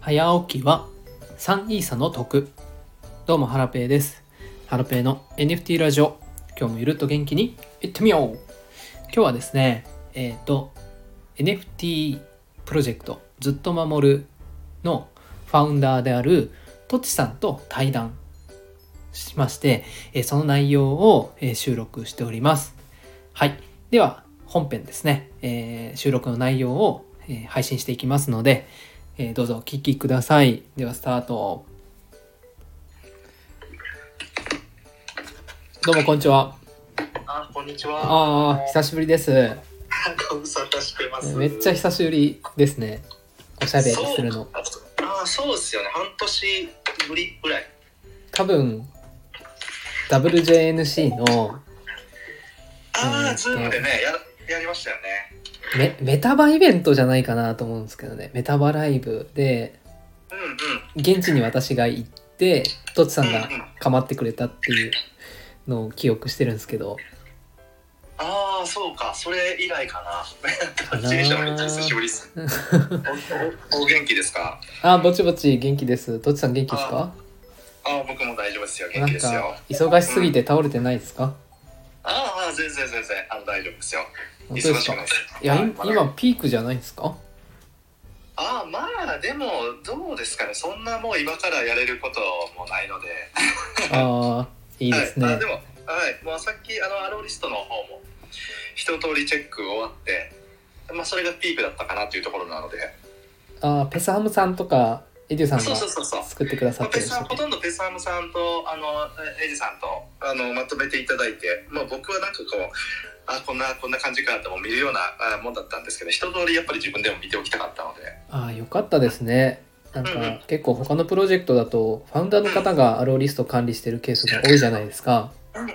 早起きは3イーサの得どうもハラペーですハラペーの NFT ラジオ今日もゆるっと元気にいってみよう今日はですねえっ、と NFT プロジェクトずっと守るのファウンダーであるとちさんと対談しまして、えーその内容を、えー収録しておりますはいでは本編ですね、えー収録の内容を、えー配信していきますので、えーどうぞお聞きくださいではスタートどうもこんにちはあ、こんにちは。ああ久しぶりですご無沙汰してます。めっちゃ久しぶりですねおしゃべりするのそう。あ、そうですよね。半年ぶりぐらい。多分 WJNC のあうあ、んズームでね、や、やりましたよね。メメタバイベントじゃないかなと思うんですけどねメタバライブでうんうん。現地に私が行ってトツさんがうんうん構ってくれたっていうのを記憶してるんですけどああ、そうか。それ以来かな。かな自転車めっちゃ久しぶり です。お、お、お元気ですか。あぼちぼち元気ですトツさん元気ですかああ、僕も大丈夫ですよ。元な気んですよか。忙しすぎて倒れてないですかああ、全然全然、あの、大丈夫ですよ。本当忙でしすくかないです。いやはいまだ今ピークじゃないですかああまあでもどうですかねそんなもう今からやれることもないのでああいいですねはい、あでも、はい、もうさっきあのアローリストの方も一通りチェック終わって、まあ、それがピークだったかなというところなので、あーペスハムさんとかエデュさんそうそうがそうそう。作ってくださまあってペるんでしょスハうムほとんどペスハムさんとあのえエイジさんとあのまとめていただいて、まあ、僕はなんかこうあこんなこんな感じかとも見るようなあもんだったんですけど一通りやっぱり自分でも見ておきたかったのでああよかったですねなんうんうんか結構他のプロジェクトだとファウンダーの方がアローリストを管理してるケースが多いじゃないですかうんうんうんうん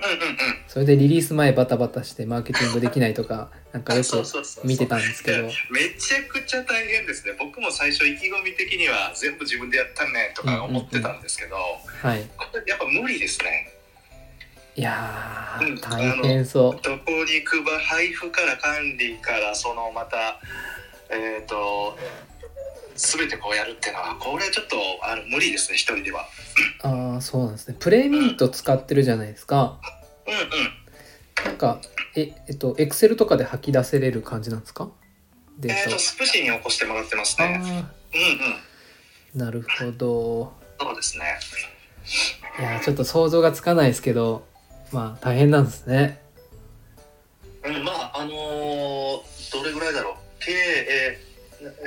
それでリリース前バタバタしてマーケティングできないとかなんかよそくうそうそうそう見てたんですけどめちゃくちゃ大変ですね僕も最初意気込み的には全部自分でやったねとか思ってたんですけど、はいこれやっぱ無理ですねいやうんー大変そどこに配配布から管理からそのまたえっ、と全てこうやるっていうのはこれちょっとあの無理ですね一人ではうああそうなんですねプレイミート使ってるじゃないですかうんうんなんかええっとエクセルとかで吐き出せれる感じなんですかデえっ、ーとスプシーに起こしてもらってますタねあうんうんあなるほどそうですねいやーちょっと想像がつかないですけどまあ大変なんですねうんまああのーどれぐらいだろう計えー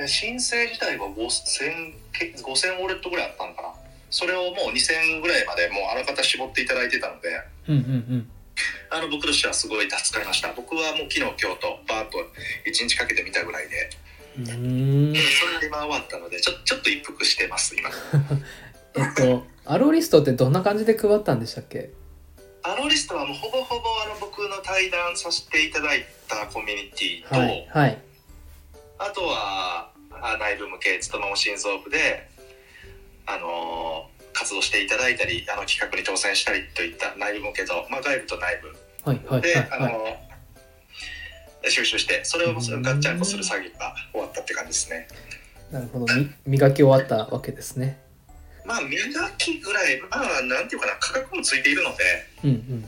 え申請自体は5000け5000ウォレットぐらいあったのかなそれをもう2000ぐらいまでもうあらかた絞っていただいてたのでうんうんうんあの僕としてはすごい助かりました僕はもう昨日今日とバーッと1日かけてみたぐらいで、うーんええそれで今終わったのでちょちょっと一服してます今っとアローリストってどんな感じで配ったんでしたっけアロリストはもうほぼほぼあの僕の対談させていただいたコミュニティと、はいはいあとはあ内部向けつとまも心臓部で、あのー活動していただいたりあの企画に挑戦したりといった内部向けと、まあ、外部と内部はいはいで、はいあはいのー収集してそれをガうんッチャンコする作業が終わったって感じですね。なるほどみ磨き終わったわけですねまあ磨きぐらいまあなんていうかな価格もついているのでうんうん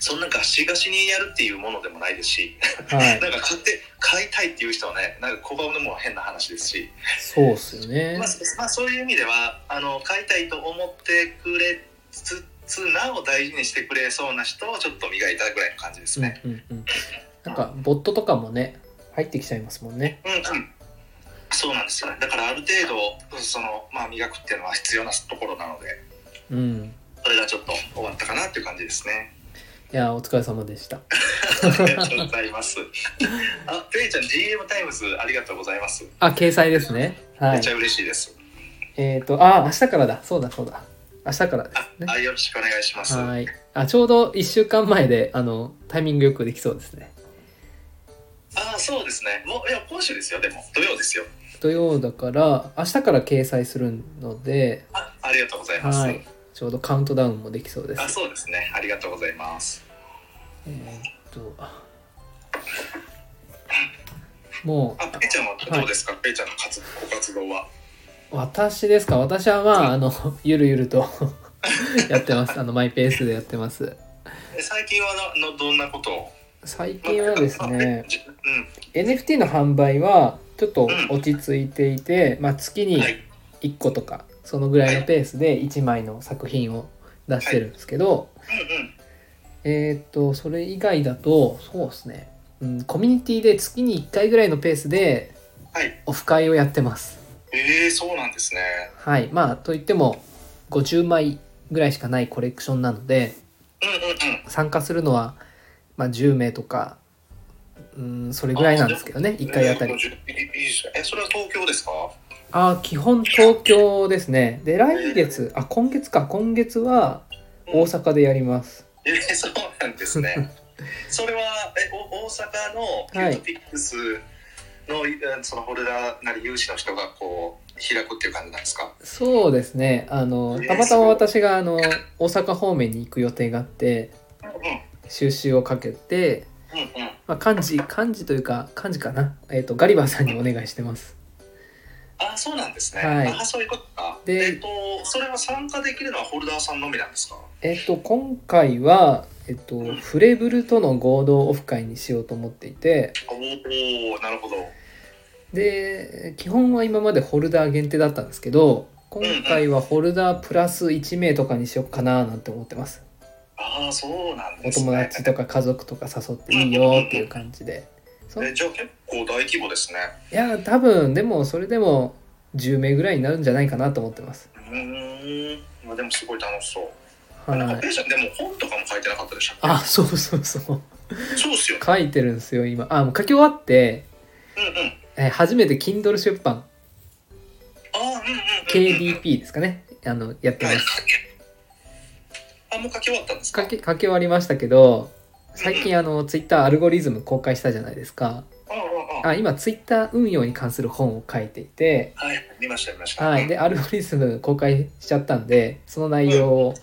そんなガシガシにやるっていうものでもないですし、 はいなんか買って買いたいっていう人はねなんか拒むのも変な話ですし。そうっすよねまあ、そまあそういう意味ではあの買いたいと思ってくれつつなお大事にしてくれそうな人をちょっと磨いたぐらいの感じですうんね。うんうんなんかボットとかもね入ってきちゃいますもんねうん、うんそうなんですよねだからある程度その、まあ、磨くっていうのは必要なところなのでうんそれがちょっと終わったかなっていう感じですね。いやーお疲れ様でしたありがとうござい ます。あペイちゃん GM タイムズありがとうございます。あ掲載ですねはめっいちゃ嬉しいです。えっ、とあー明日からだそうだそうだ明日からであすねあよろしくお願いします。はいあちょうど1週間前であのタイミングよくできそうですねあそうですね。もういや今週ですよでも土曜ですよ。土曜だから明日から掲載するので、あありがとうございます。はい、ちょうどカウントダウンもできそうであす。そうですねありがとうございますえーっともあペイちゃんはどうですか、ペイちゃんの活ご活動は私ですか私はまあ、あの、ゆるゆると やってます。あの、マイペースでやってます。え最近はなのどんなことを最近はですね、じうん、 NFT の販売はちょっと落ち着いていて、まあ、月にはい1個とかそのぐらいのペースで1枚の作品を出してるんですけど、うんえーっとそれ以外だとそうですね、うん、コミュニティで月に1回ぐらいのペースではいオフ会をやってます。うんええそうなんですねはい、まあといっても50枚ぐらいしかないコレクションなのでうんうんうん参加するのは、まあ、10名とか、うん、それぐらいなんですけどね1回あたりえー。50いいいいですねえそれは東京ですかあー基本東京ですねで来月あ今月か今月は大うん阪でやりますえ ーそうなんで すねそれはえお大阪のキュートピックスの,、そのホルダーなり有志の人がこう開くっていう感じなんですかそうですねあのえーたまたま私があの大阪方面に行く予定があってうんうん収集をかけて、うんうんまあ、幹事幹事というか幹事かな、えー、とガリバーさんにお願いしてますあそうなんですね、はいあそういうことかでえっ、とそれは参加できるのはホルダーさんのみなんですかえっ、と今回は、えっとフレブルとの合同オフ会にしようと思っていておおなるほどで基本は今までホルダー限定だったんですけど今回はホルダープラス1名とかにしよっかななんて思ってますああそうなんおですね友達とか家族とか誘っていいよっていう感じでそえいじゃあ結構大規模ですねや多分でもそれでも10名ぐらいになるんじゃないかなと思ってますうーんまあでもすごい楽しそう、なんかはペいイちゃんでも本とかも書いてなかったでしたっけあそうそうそうそうっすよね書いてるんですよ今あもう書き終わって、うんうんえー初めて Kindle 出版ああうんうんうんうん、 KDP ですかねあのやってまはいすあもう書き終わったんですか書き書き終わりましたけど最近あの Twitter アルゴリズム公開したじゃないですかうんうんうんあ今ツイッター運用に関する本を書いていて、はい見ました見ましたはい、でアルゴリズム公開しちゃったんでその内容を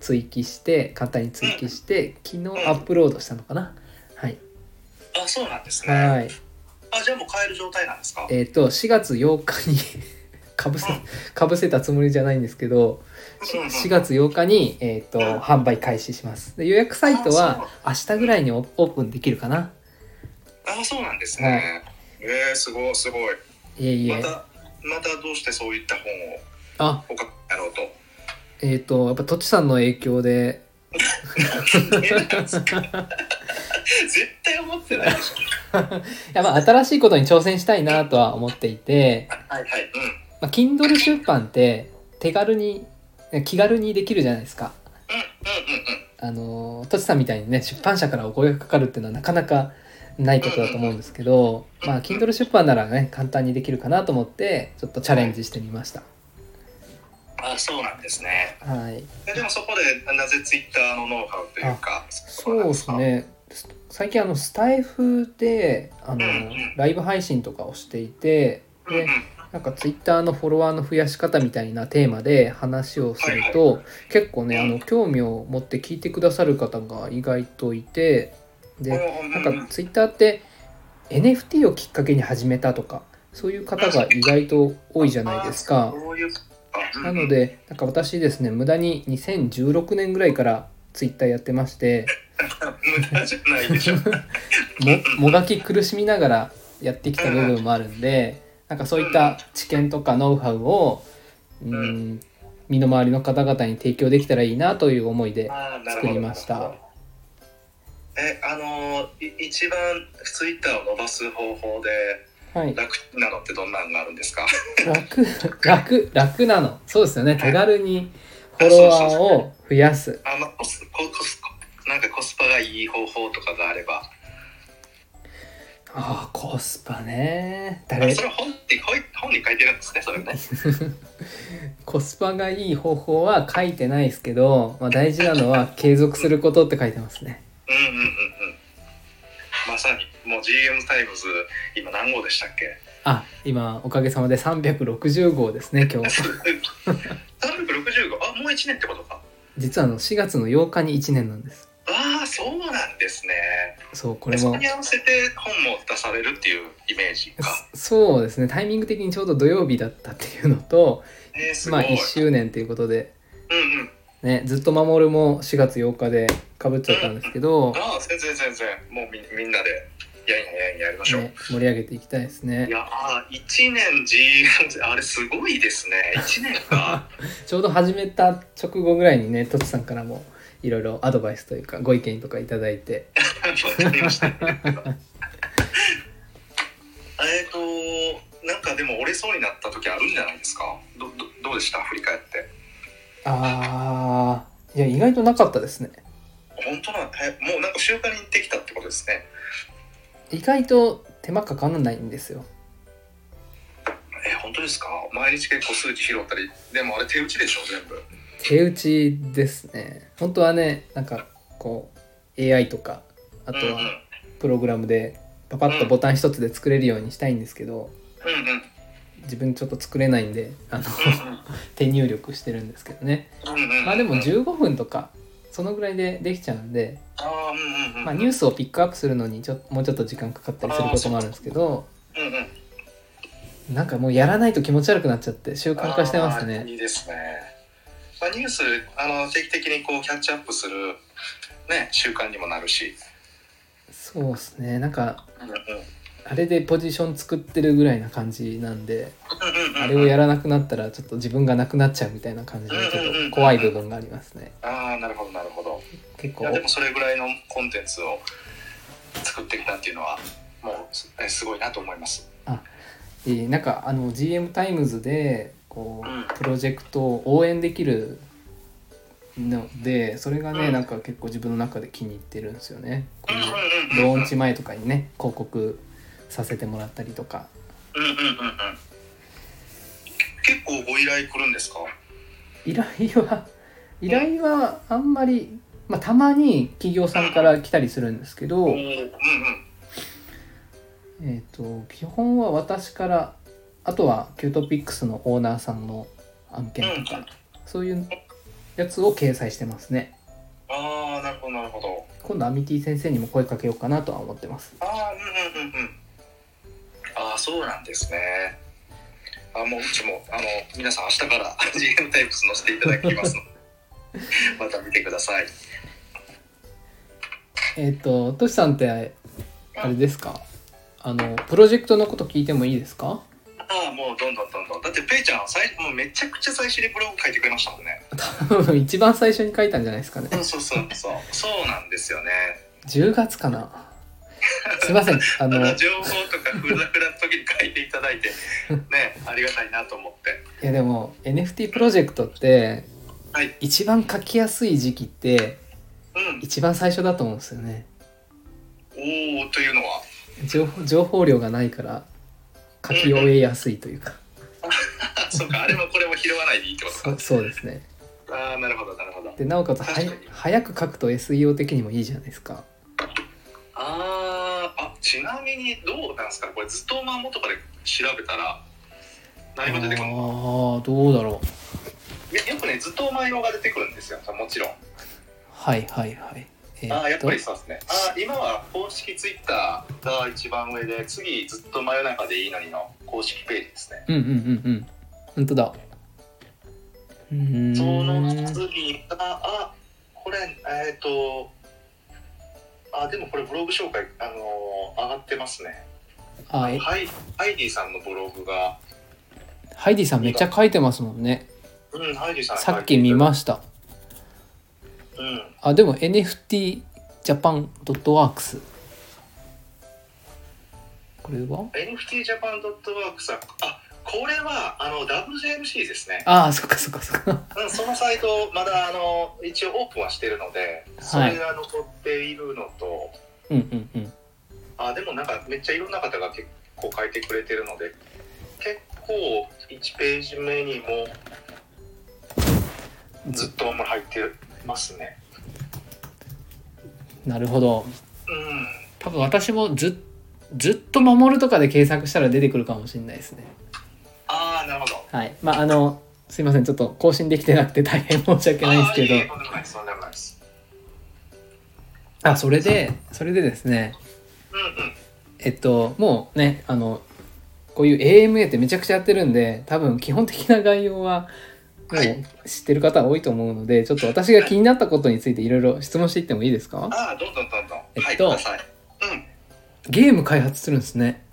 追記して簡単に追記して昨日アップロードしたのかなはい、あそうなんですね、はい、あじゃあもう買える状態なんですかえっ、と4月8日に かぶせかぶせたつもりじゃないんですけどしうんうん4月8日に、えー、とうん販売開始しますで予約サイトは明日ぐらいにオオープンできるかなあそうなんですね、えー、すごいすごいいえいまえたまたどうしてそういった本をあお書きやろうと。 えっ、とやっぱとちさんの影響で絶対思ってないでしょ。いやまあ新しいことに挑戦したいなとは思っていて、はいはい。うん。まあ、Kindle 出版って手軽に気軽にできるじゃないですか。うんうんうんあのとちさんみたいにね出版社からお声がかかるっていうのはなかなかないことだと思うんですけど、まあ、Kindle 出版ならね簡単にできるかなと思ってちょっとチャレンジしてみました。うん。あそうなんですね。はい、えでもそこでなぜツイッターのノウハウというか。そうです。ね最近あのスタイフであのライブ配信とかをしていてうんうんで。なんかツイッターのフォロワーの増やし方みたいなテーマで話をすると、結構ねあの興味を持って聞いてくださる方が意外といてでうんなうんんかうんツイッターって NFT をきっかけに始めたとかそういう方が意外と多いじゃないですかあ。そういうあなの。でなんか私ですね無駄に2016年ぐらいからツイッターやってましてうん無駄じゃないでしょ。ももがき苦しみながらやってきた部分もあるんでなんかそういった知見とかノウハウをうーうん身の回りの方々に提供できたらいいなという思いであーなるほど作りました。えあのい一番ツイッターを伸ばす方法ではい楽なのってどんなのがあるんですか。 楽楽楽なのそうですよね手軽にフォロワーを増やすあのコスココスなんかコスパがいい方法とかがあれば、ああコスパねあ誰 それは本って本本に書いてるんですねそれね。コスパがいい方法は書いてないですけど、まあ、大事なのは継続することって書いてますねうんうんうんうん。まさにもう GM タイムズ今何号でしたっけ？あ今おかげさまで360号ですね今日三百六十五あもう一年ってことか。実はあの4月の8日に1年なんですああそうなんですね。そうこでれそもこに合わせて本も出されるっていうイメージか。そうですねタイミング的にちょうど土曜日だったっていうのと えー、すまごあい。 1周年ということで、うんうん。ね、ずっと守るも4月8日でかぶっちゃったんですけど、ああ、全然全然。もうみみんなで、やんやんやんやんやりましょう。ね、盛り上げていきたいですいねやあ1年 G あれすごいですね1年 かちょうど始めた直後ぐらいにねとちさんからもいろいろアドバイスというかご意見とかいただいてわかりましたえっとなんかでも折れそうになった時あるんじゃないですかどどどうでした振り返ってあーいや意外となかったですね本当なんえもうなんか習慣にできたってことですね意外と手間かからないんですよえ本当ですか毎日結構数値拾ったりでもあれ手打ちでしょ全部手打ちですね本当はねなんかこう AI とかあとうんうはんプログラムでパパッとボタン一つで作れるようにしたいんですけどうんうん自分ちょっと作れないんであの手入力してるんですけどねうんうんうんうんまあでもうん15分とかそのぐらいでできちゃうんで、あーうんうんうんまあ、ニュースをピックアップするのにちょっともうちょっと時間かかったりすることもあるんですけどうんうんなんかもうやらないと気持ち悪くなっちゃって習慣化してますあーねいいですね。まあ、ニュースあの定期的にこうキャッチアップする、ね、習慣にもなるし、そうですねなんかうんうんあれでポジション作ってるぐらいな感じなんでうんうんうん、あれをやらなくなったらちょっと自分がなくなっちゃうみたいな感じでちょっと怖い部分がありますねあーなるほどなるほど結い構やでもそれぐらいのコンテンツを作ってきたっていうのはもうえすごいなと思います。えーなんかあの GM タイムズでこうんうプロジェクトを応援できるのでそれがねうんなんか結構自分の中で気に入ってるんですよね。こうんうんううんロうんーンチ前とかにね広告させてもらったりとかうんうんうんうん結構ご依頼来るんですか依頼は依頼はあんまり、まあ、たまに企業さんから来たりするんですけおど、ーうんうんえー、と基本は私からあとはキュートピックスのオーナーさんの案件とうんかそういうやつを掲載してますね。ああなるほどなるほど。今度アミティ先生にも声かけようかなとは思ってますああ、うんうんうんうん。ああ、そうなんですね。あもううちもあの皆さん明日から GM タイプス載せていただきます ので。また見てください。えっ、とトシさんってあれですかあのプロジェクトのこと聞いてもいいですか ああ、もうどんどんどんどん。だってペイちゃん最もうめちゃくちゃ最初にブログ書いてくれましたもんね。多分一番最初に書いたんじゃないですかねそうそうそうそう。 そうなんですよね。 10月かなすいませんああののい情報とかふざくらの時に書いていただい てね、ありがたいなと思って。やでも NFT プロジェクトって、はい一番書きやすい時期ってうん。一番最初だと思うんですよねおおというのは。 情報情報量がないから書き終えやすいというか、あそうか。あれもこれも拾わないでいいってことそか。うそうですねああ、なるほどなるほど。でなおかつは確かに早く書くと SEO 的にもいいじゃないですかあーあちなみにどうなんですかこれずっとマンモとかで調べたら何が出てくるのああどうだろういやよくねずっとマンモが出てくるんですよもちろんはいはいはいえーあーやっぱりとそうですねあー今は公式ツイッターが一番上で次ずっと真夜中でいいのにの公式ページですねうんうんうんうん本当だうーんその次があこれえっ、とあでもこれブログ紹介あのー上がってますねあえはいハイディさんのブログがハイディさんめっちゃ書いてますもんねうんハイディさんが書さいてっき見ましたうんあでも NFT japan.works これは NFT ジャパンドットワークさん、あこれはあの WJMC ですね。ああそっかそっかそっか うんそのサイトまだあの一応オープンはしてるので、それが残っているのと、うんうんうんあでもなんかめっちゃいろんな方が結構書いてくれてるので、結構1ページ目にもずっとあんまり入ってますね。なるほどうん。多分私もずずっと守るとかで検索したら出てくるかもしれないですねああなるほど。はいまああのすいませんちょっと更新できてなくて大変申し訳ないんですけどあーいえいえとんでもないですとんでもないです。あそれでそれでですねうんうん。えっともうねあのこういう AMA ってめちゃくちゃやってるんで多分基本的な概要はもはいう知ってる方多いと思うのでちょっと私が気になったことについていろいろ質問していってもいいですかああ、どんどんどんどん。えはっい、とください。うん。うん、ゲーム開発するんですね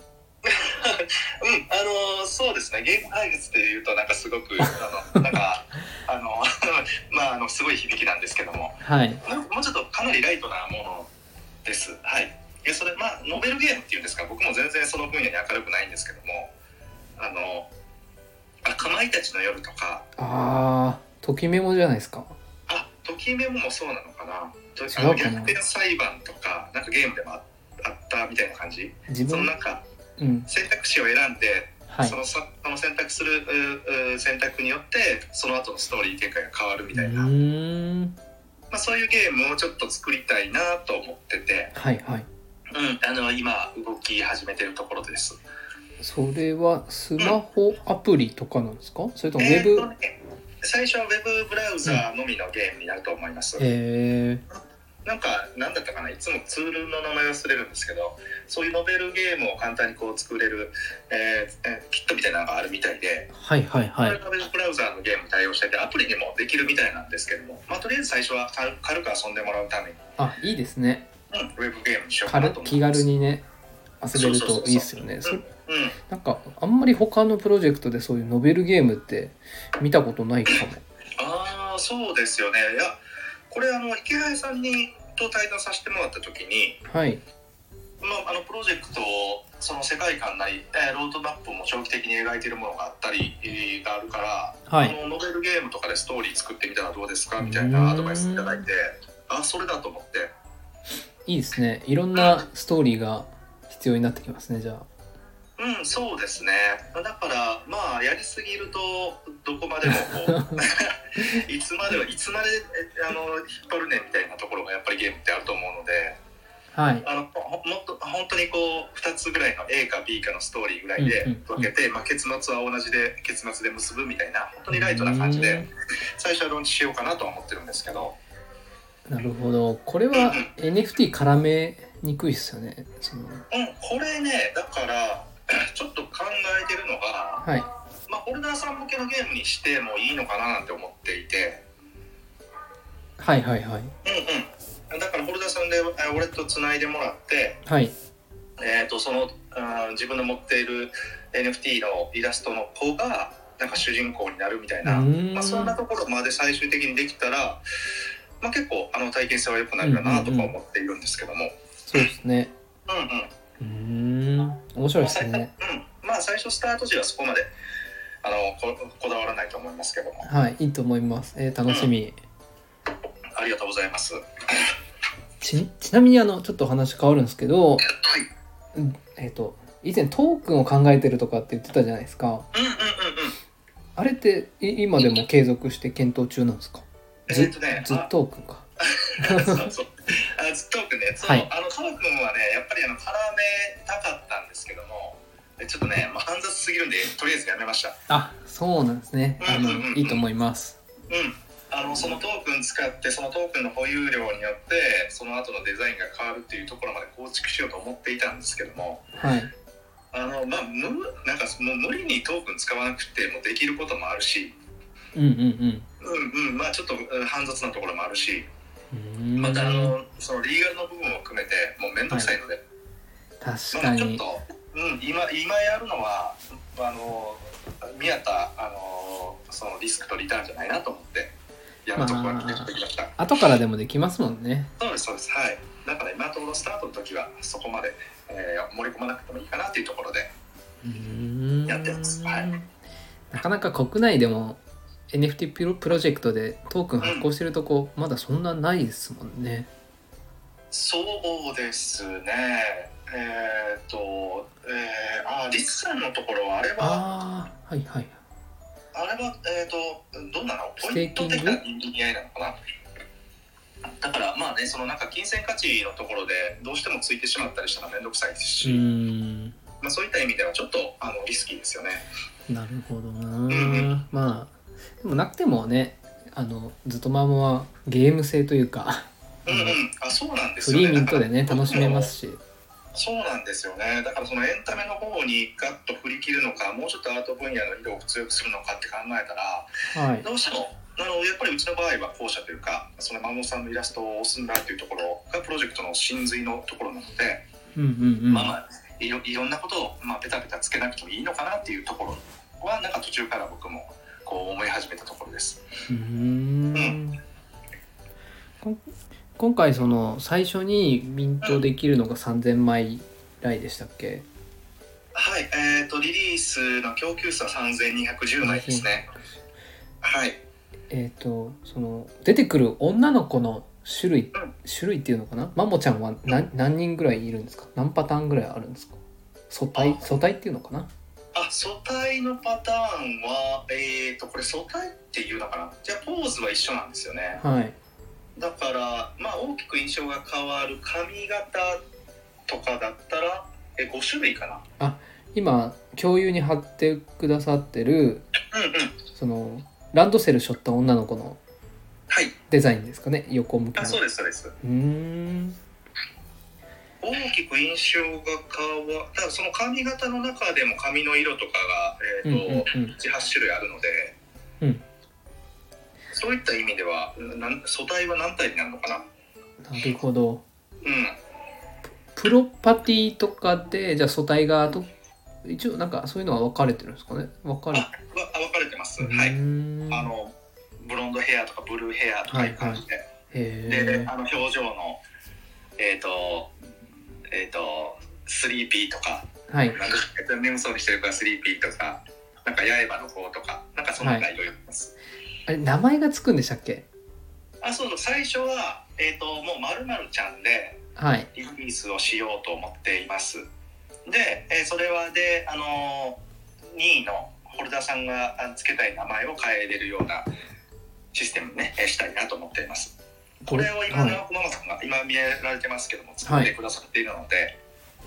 あのーそうですね、ゲーム配列っていうと、なんかすごく、あの、な んか、あの、 まあ、あの、すごい響きなんですけども、はいもうもうちょっとかなりライトなものです。はい。で、それ、まあ、ノベルゲームっていうんですか、僕も全然その分野に明るくないんですけども、あの、あかまいたちの夜とか、あーときメモじゃないですかあ、ときメモもそうなのかな。と違うかなあの逆転裁判とか、なんかゲームでもああったみたいな感じ。自その分なんかうん選択肢を選んで、はいそのさその選択するうう選択によってその後のストーリー展開が変わるみうたいな、まーんあ、そういうゲームをちょっと作りたいなと思ってて、はいはいうん、あの今動き始めてるところです。それはスマホアプリとかなんですかそれともウえェーブとね最初はウェブブラウザーのみのゲームになると思います。えなんか何だったかないつもツールの名前忘れるんですけどそういうノベルゲームを簡単にこう作れる、えーえーキットみたいなのがあるみたいでー、はいはいはそれいがウェブブラウザーのゲームに対応しててアプリにもできるみたいなんですけども、まあ、とりあえず最初は軽軽く遊んでもらうために、あいいですねうん、ウェブゲームにしようかな軽と思って気ま軽す。にね遊べるといいですよねそうそうそうそうそれうんうんなんかあんまり他のプロジェクトでそういうノベルゲームって見たことないかもああそうですよねいやこれあの池谷さんにと対談させてもらった時に、はいまあ、あのプロジェクトをその世界観なり、えーロードマップも長期的に描いているものがあったりえーがあるから、はこいのノベルゲームとかでストーリー作ってみたらどうですかみたいなアドバイスいただいてあそれだと思っていいですねいろんなストーリーが必要になってきますねじゃあうんそうですねだからまあやりすぎるとどこまでも こういつまではいつまでえあの引っ張るねみたいなところがやっぱりゲームってあると思うので。はいあのほもっと本当にこう2つぐらいの A か B かのストーリーぐらうんいうんでうん分けて、まあ、結末は同じで結末で結ぶみたいな本当にライトな感じで最初はローンチしようかなとは思ってるんですけどなるほどこれは NFT 絡めにくいですよねそのうんこれねだから ちょっと考えてるのが、はいまあ、ホルダーさん向けのゲームにしてもいいのかななんて思っていてはいはいはいうんうんだからホルダーさんでえ俺とつないでもらってはいえー、とその、うん自分の持っている NFT のイラストの子がなんか主人公になるみたいうな、ーんまあ、そんなところまで最終的にできたら、まあ、結構あの体験性は良くなるかなとか思っているんですけども。そうですねうんうんうーん面白いでまあす最初ねうんまあ、最初スタート時はそこまであのここだわらないと思いますけどもはいいいと思います、えー楽しみありがとうございます。はい、ちちなみにあのちょっと話変わるんですけどえっ、と以前トークンを考えてるとかって言ってたじゃないですかうんうんうんうんあれってい今でも継続して検討中なんですかえずーとねずっとくんかそうそう。あ、ずっとくんね、そう、はいあの、ともくんはね、やっぱりあの、絡めたかったんですけども。でちょっとね、まあ、煩雑すぎるんで、とりあえずやめました。あそうなんですねあのうんうんうんいいと思いますうん。あの、そのトークン使って、そのトークンの保有量によって、その後のデザインが変わるっていうところまで構築しようと思っていたんですけども。はいあの、まあ、む、なんか、もう無理にトークン使わなくてもできることもあるし。うんうんうんうん、まあ、ちょっと、うん煩雑なところもあるうし、んうーんまた、あの、そのリーガルの部分を含めて、もう面倒くさいので。確まかあ、ちょっにと、うん、今今やるのはあの宮田あのそのリスクとリターンじゃないなと思ってやるとこは決めてきました、後からでもできますもんねそうですそうですはいだから今のところスタートの時はそこまで、えー盛り込まなくてもいいかなっていうところでうーんやってますはいなかなか国内でも NFT プロプロジェクトでトークン発行してるとこ、まだそんなないですもんねそうですねえーっとえー、あーリスさんのところはあれはあああはいはいれはえーっとどんなのポイント的ステーな意味合いなのかなだからまあねそのなんか金銭価値のところでどうしてもついてしまったりしたら面倒くさいですうし、ーんまあ、そういった意味ではちょっとあのリスキーですよね。なるほどな、んまあでもなくてもねあのずっとまあまあゲーム性というかあうんうのん、あそうなんですフよリーねミントでねだから楽しめますしそうなんですよねだからそのエンタメの方にガッと振り切るのかもうちょっとアート分野の色を強くするのかって考えたらはいどうしてもあのやっぱりうちの場合は後者というかその孫さんのイラストを押すんだっていうところがプロジェクトの真髄のところなので、うんうんうんまあまあいろいろんなことを、まあ、ペタペタつけなくてもいいのかなっていうところはなんか途中から僕もこう思い始めたところです。うーんこん今回その最初にミントできるのが3000枚来でしたっけはい、えー、とリリースの供給数は3210枚ですね。はい、えっ、とその出てくる女の子の種類うん種類っていうのかなマモちゃんは何何人ぐらいいるんですか何パターンぐらいあるんですか素体あ素体っていうのかなあ素体のパターンはえっ、とこれ素体っていうのかなじゃあポーズは一緒なんですよねはいだからまあ大きく印象が変わる髪型とかだったらえ5種類かな今共有に貼ってくださってるうんうんそのランドセル背負った女の子のはいデザインですかね横向きのあそうですそうですうーん大きく印象が変わだからその髪型の中でも髪の色とかが、えうーんとうんうん18種類あるので、うんそういった意味ではなん素体は何体になるのかななるほどうんプロパティとかでじゃあ素体側と一応なんかそういうのは分かれてるんですかね分かれあわあ分かれてます、うはいーんあのブロンドヘアとかブルーヘアとかいう感じで、へであの表情のえっ、とえっ、とスリーピーとかえはいなんか 眠そうにしてるからスリーピーとかなんか刃の方とかなんかそんなのがいろいろあります、あれ名前がつくんでしたっけあそうそう最初はえっ、ともうまるまるちゃんではいリリースをしようと思っていますで、えーそれはであの2位のホルダーさんがあ付けたい名前を変えれるようなシステムにねえーしたいなと思っていますこれを今はのいママさんが今見られてますけども作ってくださっているので、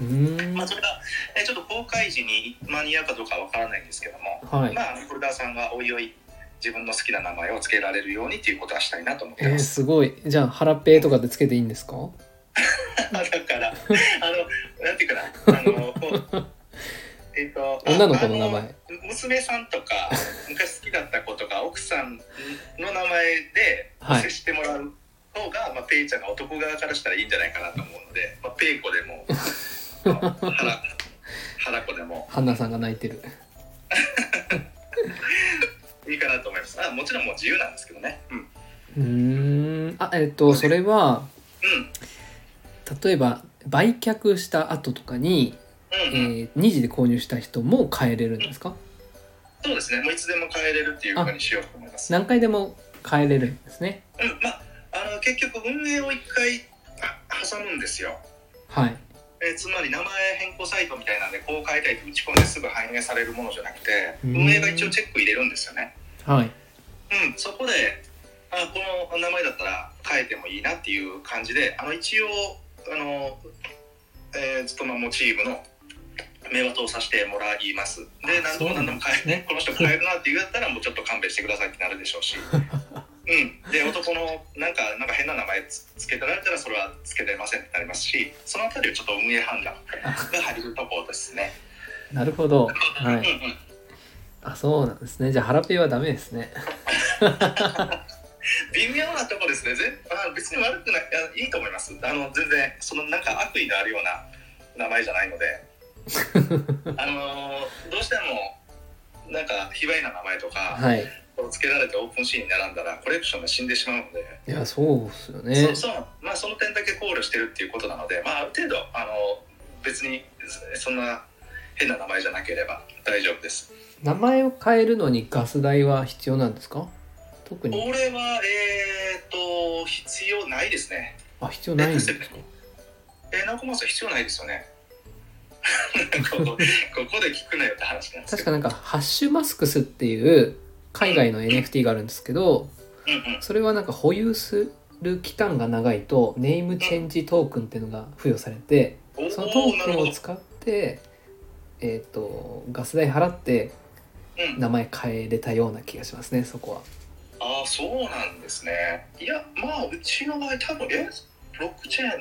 うーんまあ、それがえーちょっと公開時に間に合うかどうかはわからないんですけども、はいまあフォルダーさんがおいおい自分の好きな名前を付けられるようにっていうことはしたいなと思ってえー、ます、すごいじゃあ腹ペーとかでつけていいんですかだからあのなんていうかなあのこうえっと女の子の名あ前の娘さんとか昔好きだった子とか奥さんの名前ではい接してもらう方が、まあ、ペイちゃんが男側からしたらいいんじゃないかなと思うので、まあ、ペイ子でもあの原原子でもハンナさんが泣いてるいいかなと思いますあもちろんもう自由なんですけどねうん、うん、うーんあえっ、とそれは例えば売却した後とかに、えうんうんー、2時で購入した人も買えれるんですかそうですねもういつでも変えれるっていうふうにしようと思います何回でも買えれるんですねうんまあ、あの結局運営を一回あ挟むんですよ、はいえーつまり名前変更サイトみたいなんでこう変えたいと打ち込んですぐ反映されるものじゃなくてうん運営が一応チェック入れるんですよねはいうんそこであこの名前だったら変えてもいいなっていう感じであの一応あの、えーずっとまあもうチームの名和をさせてもらいますであ何度そもう何な度んもです変え、ねね、この人変えるなって言ったらもうちょっと勘弁してくださいってなるでしょう しうんで男のなんかなんか変な名前つつけてられたらそれはつけてませんってなりますしそのあたりはちょっと運営判断が入るところですね、なるほどはうんういんあそうなんですねじゃあ腹ペーはダメですね微妙なとこですねぜあ別に悪くないいやいいと思いますあの全然そのなんか悪意のあるような名前じゃないのであのーどうしてもなんか卑猥な名前とかはいを付けられてオープンシーンに並んだらコレクションが死んでしまうので、いやそうっすよそねうそうまあ、その点だけ考慮してるっていうことなので、まあ、ある程度あの別にそそんな変な名前じゃなければ大丈夫です名前を変えるのにガス代は必要なんですか特にこれはえー、と必要ないですねあ必要ないんですか えー、ナオコマスは必要ないですよね。ここここで聞くなよって話なんですけ確ど。かなんかハッシュマスクスっていう海外の NFT があるんですけどうんうん。それはなんか保有する期間が長いとネームチェンジトークンっていうのが付与されておそのトおー、なークるンほをど。使ってえっ、とガス代払ってうん。名前変えれたような気がしますねそこはああ、そうなんですね。いや、まあ、うちの場合、多分、えブロックチェーンか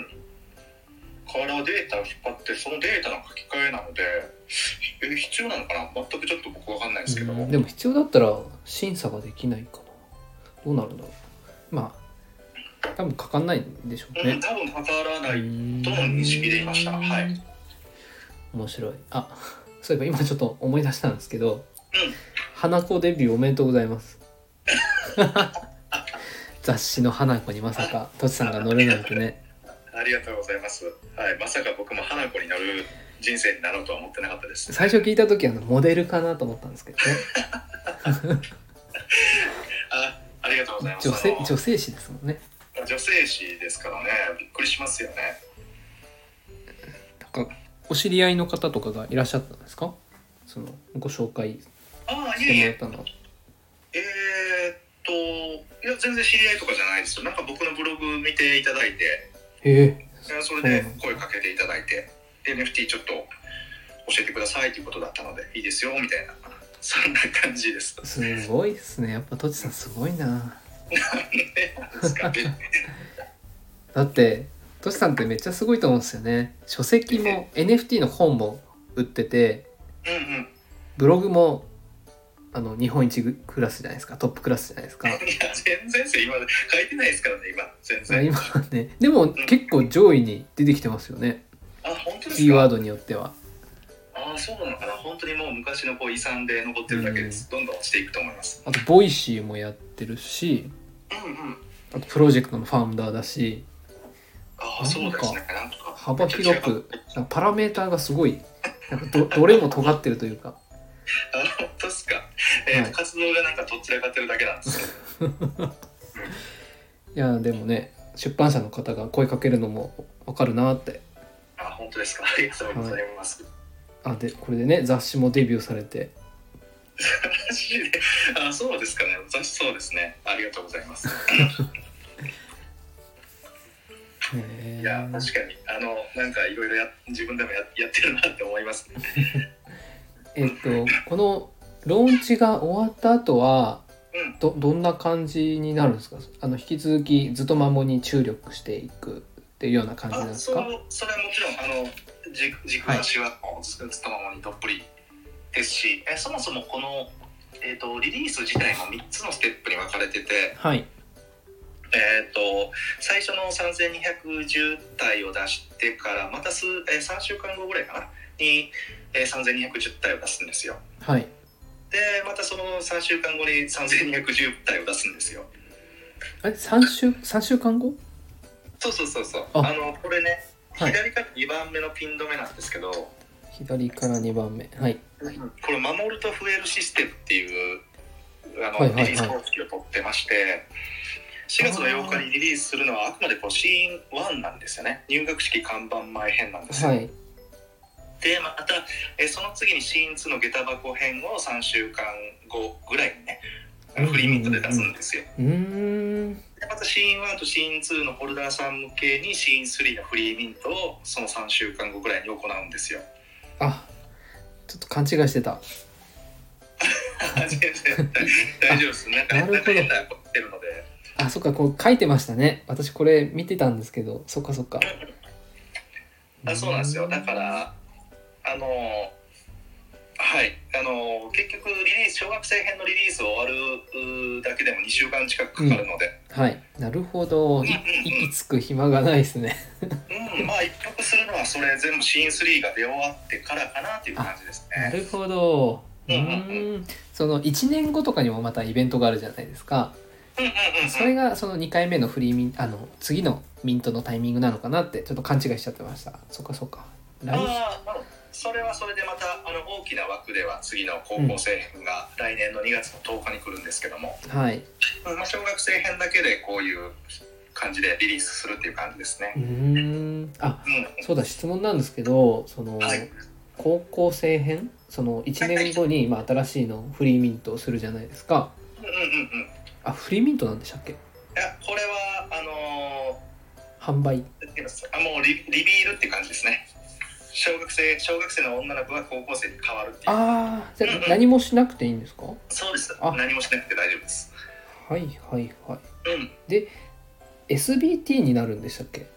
らデータを引っ張ってそのデータの書き換えなのでえ必要なのかな全くちょっと僕わかんないですけど、うんでも必要だったら審査ができないかなどうなるんだろうまあ多分かかんないんでしょううん、ね、多分関わらない。ととの認識でいましたはい面白いあそういえば今ちょっと思い出したんですけど、花子デビューおめでとうございます 雑誌の花子にまさかとちさんが乗れなんてねありがとうございます。はい、まさか僕も花子になる人生になろうとは思ってなかったです。最初聞いた時はあのモデルかなと思ったんですけどねあ、ありがとうございます。女性あの女性誌ですもんね女性誌ですからね、びっくりしますよね。なんかお知り合いの方とかがいらっしゃったんですかそのご紹介しああ、いてえいもらっえ、たのはえーっと、いや、全然知り合いとかじゃないですよ。なんか僕のブログ見ていただいて、へえそれで声かけていただいて、NFT ちょっと教えてくださいということだったので、いいですよ、みたいな。そんな感じです。すごいですねやっぱとちさんすごいなですかね だってとちさんってめっちゃすごいと思うんですよね書籍も NFT の本も売っててうんうん。ブログもあの日本一クラスじゃないですかトップクラスじゃないですかいや、全然ですよ。今、書いてないですからね、今、全然。今はねでも結構上位に出てきてますよねあ、本当ですか。キーワードによってはああ、そうなのかな。本当にもう昔のこう遺産で残ってるだけです。どんどん落ちていくと思います。あとボイシーもやってるしうんうん。あとプロジェクトのファウンダーだしああ、そうですね。なんとか。幅広 くなんかパラメーターがすごいなんかど どれも尖ってるというかあ、本当ですか。えーはい活動がなんかどっちらかってるだけなんですけど。いやでもね出版社の方が声かけるのもわかるなってあ、本当ですか。 ありがとうございます。あでこれでね雑誌もデビューされてマジで あ、そうですかね。雑誌そうですね。ありがとうございます。へいや、ー確かに、あの、なんかいろいろや、自分でもや、やってるなって思いますね。えっとこのローンチが終わった後はうんどどんな感じになるんですかあの引き続きずっとマモに注力していくっていうような感じなんあ、ですそかう、それはもちろん、あの、じ、軸足は、ずっとままにどっぷり。ですし、え、そもそも、この。えー、とリリース自体も3つのステップに分かれてて、はいえー、と最初の3210体を出してからまた数、えー3週間後ぐらいかなに、えー3210体を出すんですよはいでまたその3週間後に3210体を出すんですよあれ3週三週間後そうそうそうそうああのこれねはい左から2番目のピン止めなんですけど、左から2番目はいこれ「守ると増えるシステム」っていうあの、はいはいはいリリース方式を取ってまして4月の8日にリリースするのはあくまでこうシーン1なんですよね入学式看板前編なんですよ、はいでまたえーその次にシーン2の下駄箱編を3週間後ぐらいにねあのフリーミントで出すんですよ、うーんでまたシーン1とシーン2のホルダーさん向けにシーン3のフリーミントをその3週間後ぐらいに行うんですよ あちょっと勘違いしてた全然大丈夫ですなんかなるほどなんか変なこと言ってるのであそっかこう書いてましたね私これ見てたんですけどそっかそっかあそうなんですよだからあのはいあの結局リリース小学生編のリリースを終わるうだけでも2週間近くかかるので、はいなるほどい息つく暇がないですねうんまあ一服するのはそれ全部シーン3が出終わってからかなっていう感じですなねるほどううんうんーんその1年後とかにもまたイベントがあるじゃないですかうんうんうんそれがその2回目のフリーミンあの次のミントのタイミングなのかなってちょっと勘違いしちゃってましたそっかそっか来ああそれはそれでまたあの大きな枠では次の高校生編が来年の2月の10日に来るんですけども、はいまあ、小学生編だけでこういう感じでリリースするっていう感じですうねーんあうんそうだ質問なんですけどその、はい高校生編その1年後に、まあ、新しいのをフリーミントをするじゃないですかうんうんうんうんいあフリーミントなんでしたっけやこれはあの販売ーなんて言いますかあもうリリビールって感じですね小学生小学生の女の子が高校生に変わるっていうああじゃうんうあん何もしなくていいんですかそうですあ何もしなくて大丈夫ですはいはいはいうん SBT になるんでしたっけ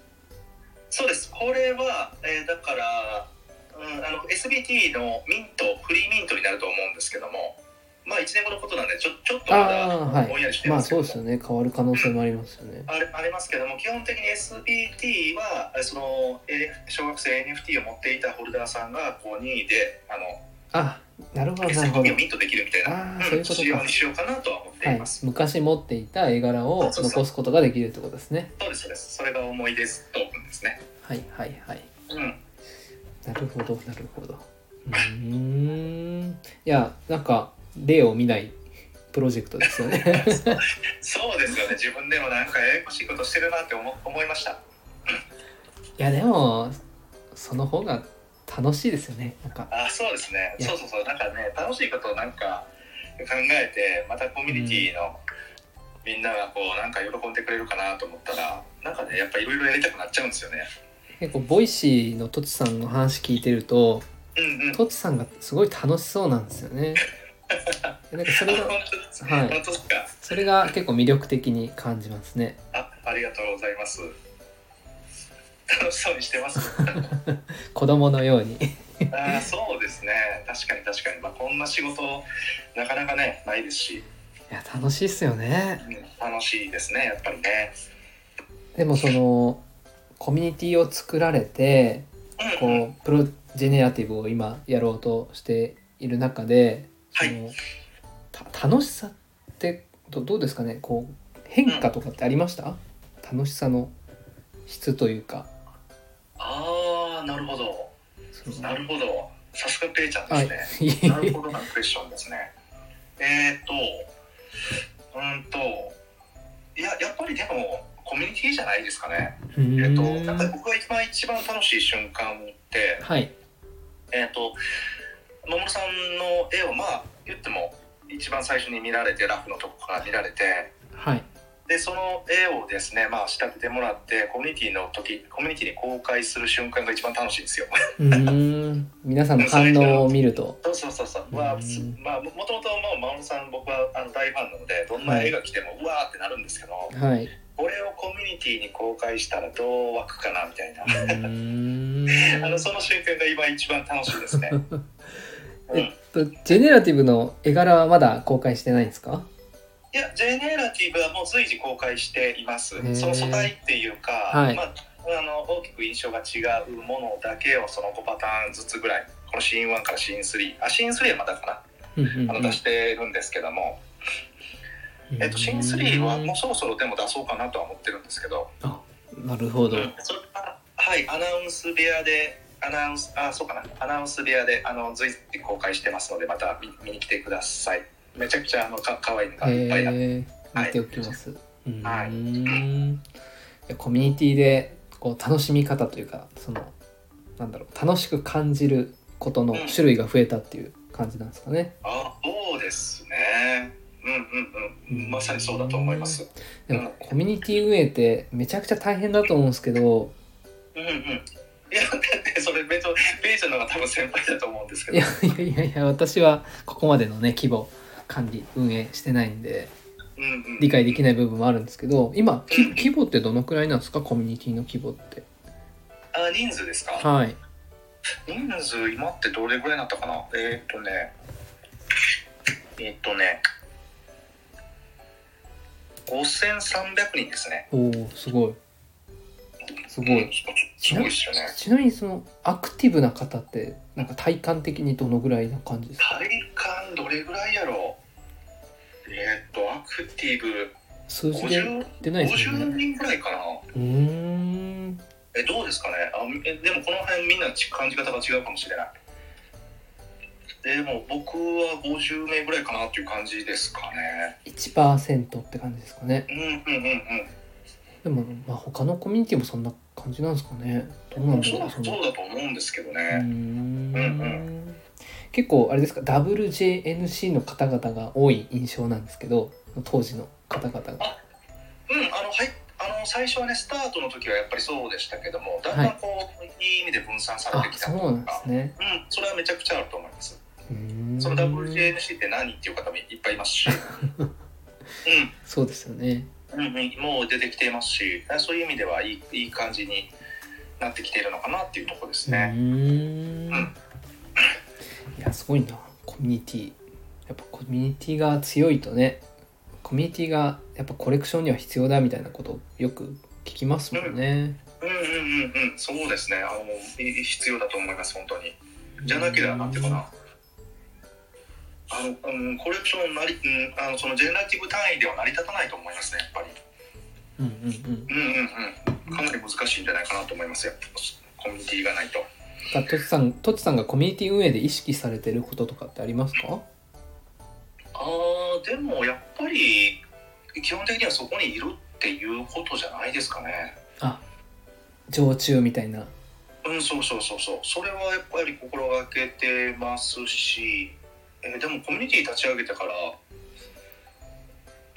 そうですこれは、えーだから、うん、あの SBT のミントフリーミントになると思うんですけどもまあ1年後のことなんでちょちょっとまあーはだいぼんやりしてままあすけどそうも、ですよね変わる可能性もありますよねあれありますけども基本的に SBT はえーその、えー小学生 NFT を持っていたホルダーさんがこう任意であのあなるほどなるほ SBT どをミントできるみたいなあーそういうことか仕様にしようかなとは思ってはいいます、昔持っていた絵柄を残すことができるってことですねそうですそうですそれが思い出トークンですねはいはいはいうんなるほどなるほどうーんいやなんか例を見ないプロジェクトですよねそうですよね自分でもなんかややこしいことしてるなって思思いましたいやでもその方が楽しいですよねなんかあそうですねいやそうそうそうなんかね楽しいことをなんか考えてまたコミュニティのみんながこうなんか喜んでくれるかなと思ったらなんかねやっぱいろいろやりたくなっちゃうんですよね結構ボイシーのとちさんの話聞いてるとうんうんとちさんがすごい楽しそうなんですよねなんかそれあが本当ですはい本当ですかそれが結構魅力的に感じますねあありがとうございます楽しそう にしてます子供のようにあーそうですね確かに確かに、まあ、こんな仕事なかなかねないですし、いや楽しいっすよねうん楽しいですねやっぱりねでもそのコミュニティを作られてうんうんこうプロジェネラティブを今やろうとしている中でその、た楽しさってどどうですかねこう変化とかってありました、楽しさの質というかああなるほどそのなるほどさすがペイちゃんはいですいね、なるほどなクエスチョンですね えっ、ー、とうーんといややっぱりでもコミュニティじゃないですかねええっ、と なんか僕が一番一番楽しい瞬間ってはいえっ、ー、と守さんの絵をまあ言っても一番最初に見られてラフのとこから見られてはいでその絵をですねまあ仕立ててもらってコミュニティの時コミュニティに公開する瞬間が一番楽しいんですようーん皆さんの反応を見るとそうそうそうそう、うんまあ、すまあ、もともと、まあ、マオさん、僕は、あの、大ファンなので、どんな絵が来ても、うわーってなるんですけど。は いうこれをコミュニティに公開したら、どう湧くかなみたいな。ーんあの、その瞬間が今一番楽しいで すね。うん、えっとジェネラティブの絵柄はまだ公開してないんですかいや、ジェネラティブはもう随時公開していますへー。その素体っていうか、はいまあ、あの、大きく印象が違うものだけを、その5パターンずつぐらい。このシーン1からシーン3、あ、シーン3はまたかうんうんうんな、あの、出してるんですけども。えっと、シーン3はもうそろそろでも出そうかなとは思ってるんですけど、なるほど、それは、はい、アナウンス部屋で、アナウンス、あ、そうかな、アナウンス部屋で、あの、随時公開してますので、また見見に来てください。めちゃくちゃ、あの、か可愛いのがいっぱいある。えー、はい見ておきます。うはーいんいやコミュニティでこう楽しみ方というかそのなんだろう楽しく感じることの種類が増えたっていう感じなんですかね。あ、そうですね。うんうんうん、まさにそうだと思います。でうんもコミュニティ運営ってめちゃくちゃ大変だと思うんですけどうんうん。いや、だって、それ、ベイちゃん、ベイちゃんの方が多分先輩だと思うんですけいど。やいやいやいや私はここまでのね規模管理運営してないんでうんうん理解できない部分もあるんですけど今き規模ってどのくらいなんですかコミュニティの規模って。あ、人数ですか。はい。人数今ってどれぐらいになったかなえーっ、とねえーっ、とね5300人ですねおおすごい。すごい。すごいですよねちなみにそのアクティブな方ってなんか体感的にどのぐらいな感じですか体感どれぐらいやろうえーっ、とアクティブ数字で 50, 出ないですよ50ね人ぐらいかなうーんえどうですかねあえでもこの辺みんなち感じ方が違うかもしれないでも僕は50名ぐらいかなっていう感じですかね1%って感じですかねうんうんうんうんでもまあ他のコミュニティもそんな感じなんですかねどうなんだそろうだうそそうのうだと思うんですけどーね。んうんう結構あれですか WJNC の方々が多い印象なんですけど当時の方々がうん、あの、はい、あの、最初はね、スタートの時はやっぱりそうでしたけども、だんだんこう、い、い意味で分散されあてきたそとうか。なんですねうん、それはめちゃくちゃあると思います。うーんその WJNC って何っていう方もいっぱいいます し、うそうですよねん、うん、うんもう出てきていますし、そういう意味ではいいいい感じになってきているのかなっていうところですうね。ーんうんいやすごいなコミュニティやっぱコミュニティが強いとねコミュニティがやっぱコレクションには必要だみたいなことよく聞きますもんね。うんうんうんうん、そうですね。あのい必要だと思います本当に。じゃなければなんていうかな。あの、うん、コレクションなり、うん、あのそのジェネラティブ単位では成り立たないと思いますねやっぱり。うんうんうん。うんうんうん。かなり難しいんじゃないかなと思いますよ。コミュニティがないと。だとちさんとちさんがコミュニティ運営で意識されてることとかってありますか？あーでもやっぱり基本的にはそこにいるっていうことじゃないですかね。あ常駐みたいな。うん、そうそうそうそう。それはやっぱり心がけてますし、えーでもコミュニティ立ち上げてから、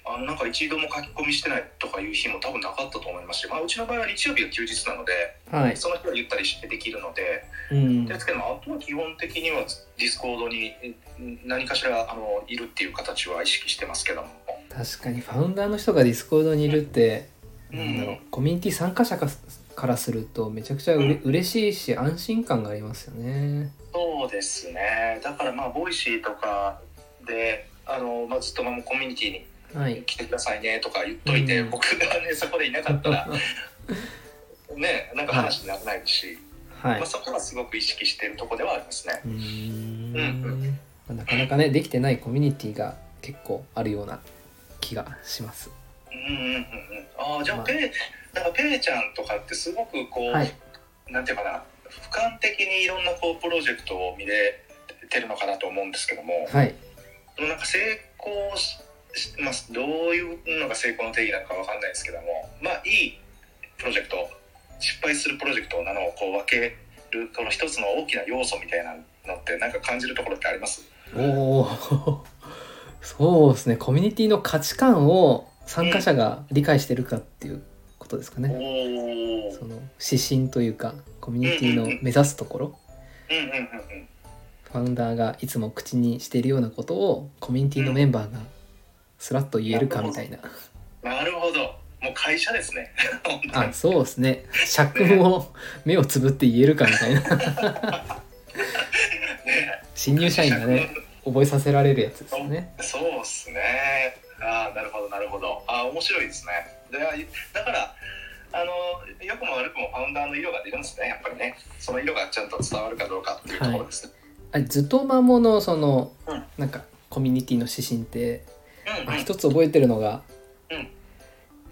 あのなんか一度も書き込みしてないとかいう日も多分なかったと思いますし、まあ、うちの場合は日曜日が休日なので、はい。その日はゆったりしてできるので、うん。ですけども、あとは基本的にはディスコードにうん何かしらあのいるっていう形は意識してますけども。確かにファウンダーの人がディスコードにいるって、うんなんだろうコミュニティ参加者かからするとめちゃくちゃうれ、嬉しいし安心感がありますよね。そうですね。だからまあ、ボイシーとかで、あの、まあ、ずっとまあコミュニティにはい。来てくださいねとか言っといて、うん僕がねそこでいなかったらねなんか話にならないし、 はいまあ、。そこはすごく意識してるとこではありますねうー。うんまあなかなかねできてないコミュニティが結構あるような気がします。うんうんうんうんああじゃあ、まあペイなんかペイちゃんとかってすごくこう、はい。なんていうかな俯瞰的にいろんなこうプロジェクトを見れてるのかなと思うんですけども、はい。なんか成功ししますどういうのが成功の定義なのかわかんないですけどもまあいいプロジェクト失敗するプロジェクトなのをこう分けるこの一つの大きな要素みたいなのってなんか感じるところってありますおお。 そうですね。コミュニティの価値観を参加者が理解してるかっていうことですかおね。おその指針というかコミュニティの目指すところ。うんうんうんファウンダーがいつも口にしているようなことをコミュニティのメンバーがスラッと言えるかみたいな、うんなるほどもう会社ですね本当にあそうですね尺を目をつぶって言えるかみたいなね新入社員がね覚えさせられるやつですよねそうっすね。ああ、なるほど、なるほど。ああ、面白いですね。で、だから、あの、良くも悪くもファウンダーの色が出るんですね、やっぱりね。その色がちゃんと伝わるかどうかっていうところですね。あれずっとマモのその、うんなんかコミュニティの指針って、うあん、うん、一つ覚えてるのが、うん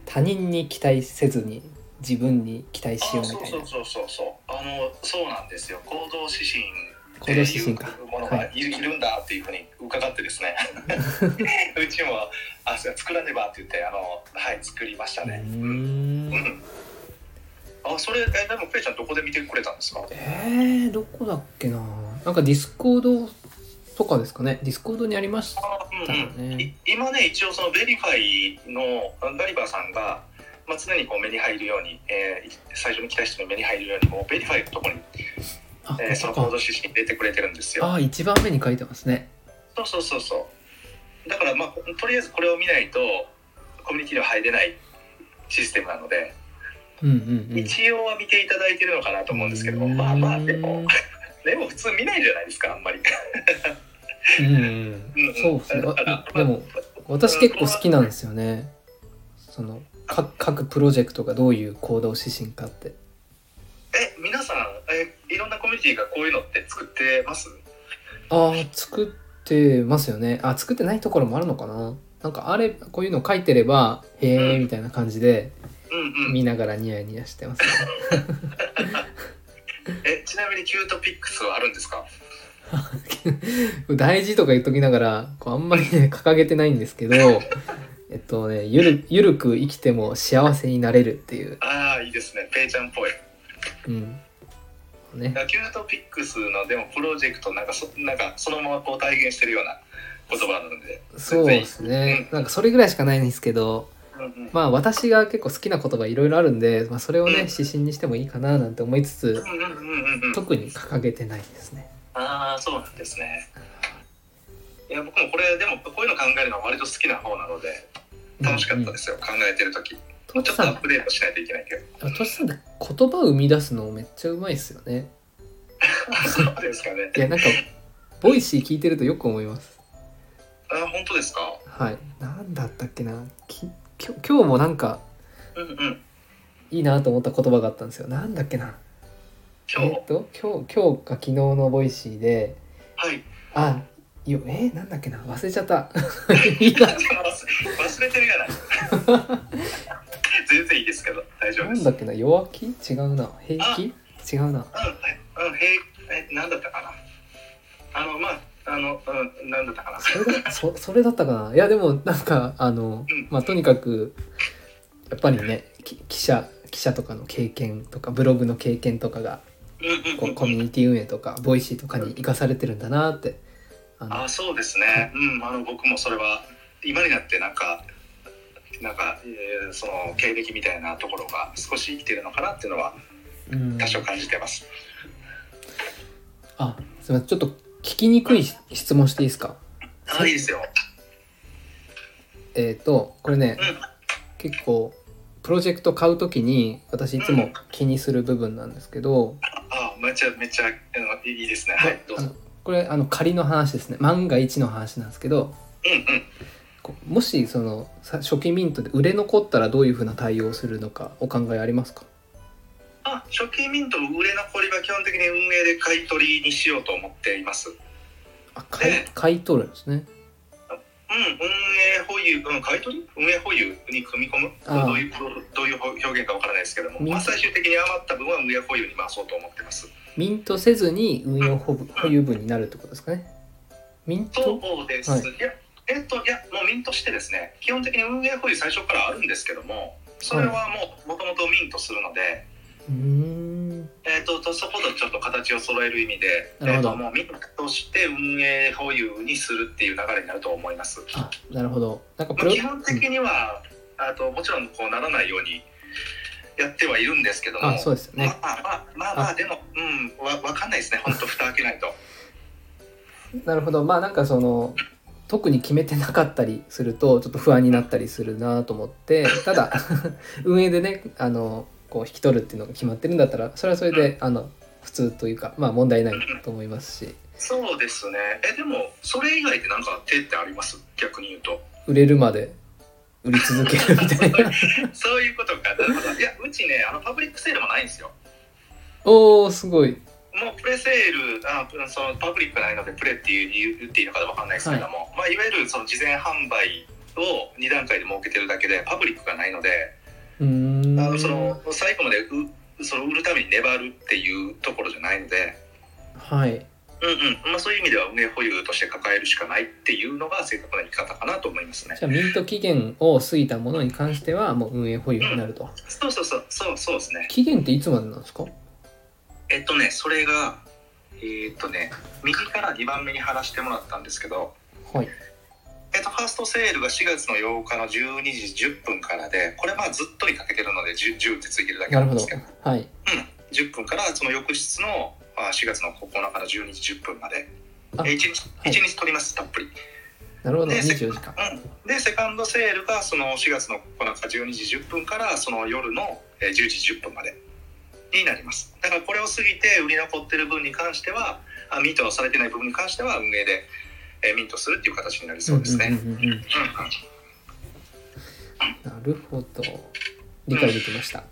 他人に期待せずに自分に期待しようみたいなあーそうそうそうそうそう。あの、そうなんですよ。行動指針。行動指針かいうものはがいいる,、い、るんだっていうふうに伺ってで すね。うちも、あ、そう作らねばって言って、あの、はい、作りましたうね。ーうん。うんん。あ、それ、え、でも、ペイちゃん、どこで見てくれたんですか。えー、どこだっけななんかディスコードとかですかねディスコードにありましたうんうんい今ね一応そのベリファイのガリバーさんが、まあ、常にこう目に入るように、えー最初に来た人の目に入るようにもうベリファイのところに、あ、えーそのコード指針入れてくれてるんですよあ一番目に書いてますね。そうそうそうそうだからまあとりあえずこれを見ないとコミュニティには入れないシステムなので、うんうんうん。一応は見ていただいてるのかなと思うんですけどもまあまあでもでも普通見ないじゃないですかあんまりうんうんうんうんそうですねだから。あでも私結構好きなんですよね。その各各プロジェクトがどういう行動指針かって。え皆さんえいろんなコミュニティがこういうのって作ってますああ作ってますよね。あ作ってないところもあるのかな。なんかあれこういうの書いてればへえみたいな感じでうんうん見ながらニヤニヤしてます、ね。 えちなみにキュートピックスはあるんですか大事とか言っときながらこうあんまりね掲げてないんですけどえっとねゆるゆるく生きても幸せになれるっていう、ああいいですねペイちゃんっぽいうんね、キュートピックスのでもプロジェクトなんかそなんかそのままこう体現してるような言葉なのでそうですねなんかそれぐらいしかないんですけどうんうんまあ私が結構好きな言葉いろいろあるんで、まあ、それをうんね指針にしてもいいかななんて思いつつうんうんうんうんうん特に掲げてないですね、ああそうなんですねいや僕もこれでもこういうの考えるのは割と好きな方なので楽しかったですすよ、考えてる時トちシょっさとアんップデートしないといけないけど。トシさんって言葉生み出すのめっちゃうまいっすよねそうですかねい。やなんかボイシー聞いてるとよく思います あ、本当ですか。はいなんだったっけなき今日今日もなんかうんうん。いいなと思った言葉があったんですよなんだっけな今え日ーっ。と今日今日か昨日のボイシーではい。あよえー、なんだっけな忘れちゃった いいな忘忘れて るやない。全然いいですけど、大丈夫なでんす。うだん、っけな弱気違うな平気違うなはいうん、へい、え、なんだったかな。あの、まあ、あの、うん、なんだったかな。それだそそれだったかないやでもなんかあのうん、まあ、とにかくやっぱりねき記者記者とかの経験とかブログの経験とかがうんこうんううんコミュニティ運営とかボイシーとかに生かされてるんだなってあのあ、そうですね。うん、あの、僕もそれは、今になって、なんか。なんか、えーその経歴みたいなところが少し生きてるのかなっていうのはうん多少感じてます。あすみませんちょっと聞きにくいし質問していいですかあ、いいですよ。えっ、とこれねうん結構プロジェクト買う時に私いつも気にする部分なんですけど、あ、めちゃめちゃ、あのいいですね。はい、どうあぞの。これあの仮の話ですね万が一の話なんですけどうんうん。こうもしそのさ初期ミントで売れ残ったらどういうふうな対応をするのかお考えありますかあ、初期ミント売れ残りは基本的に運営で買い取りにしようと思っています。うん、あ買 いええ買い取るんですね運営保有、うん、買い取り運営保有に組み込むああどういう、どういう表現かわからないですけども、みまあ、最終的に余った分は運営保有に回そうと思ってます。ミントせずに運用保保有分になるってことですかねミンそトうです。はいい、や、えっと、いや、もうミントしてですね、基本的に運営保有最初からあるんですけども、それはもう、もともとミントするので、うーんえー、ととそことちょっと形を揃える意味で、えなるほー、どともうミックスとして運営保有にするっていう流れになると思います。あなるほどなんかプまあ、ロ基本的には、あともちろんこうならないようにやってはいるんですけども、あそうですよねまあまあまあ、まああでも、うん、わわかんないですね、本当、蓋開けないと。なるほどまあなんかその特に決めてなかったりするとちょっと不安になったりするなと思ってただ 運営でねあのこう引き取るっていうのが決まってるんだったらそれはそれであの普通というかまあ問題ないと思いますしそうですね、えでも、それ以外でなんか手ってあります、逆に言うと。 売れるまで売り続けるみたいな そういうことか、なるほど。いや、うちね、あのパブリックセールもないんですよ。おーすごいもうプレセールあそのパブリックないのでプレっていう言っていいのかわかんないですけども、いまあ、いわゆるその事前販売を2段階で設けてるだけでパブリックがないので、うーんあのその最後までうその売るために粘るっていうところじゃないので、はいうんうんまあ、そういう意味では運営保有として抱えるしかないっていうのが正確な生き方かなと思いますね。じゃあミント期限を過ぎたものに関してはもう運営保有になるとそうそうそうそうそうですね。期限っていつまでなんですかえっとねそれがえーっとね右から2番目に話してもらったんですけど、はいえっと、ファーストセールが4月の8日の12時10分からで、これまあずっとにかけてるので 10, 10ってついてるだけななるんほでどすけど、はい10分からその翌日のまあ4月の9日の12時10分まで、あ1日はい一日取ります、たっぷり。なるほどで24時間うん、で、セカンドセールがその4月の9日12時10分からその夜のえー10時10分までになります。だからこれを過ぎて売り残ってる分に関しては、あミントされてない部分に関しては運営で、えーミントするっていう形になりそうですね。んうんうんうんうんうんうんなるほど理解できました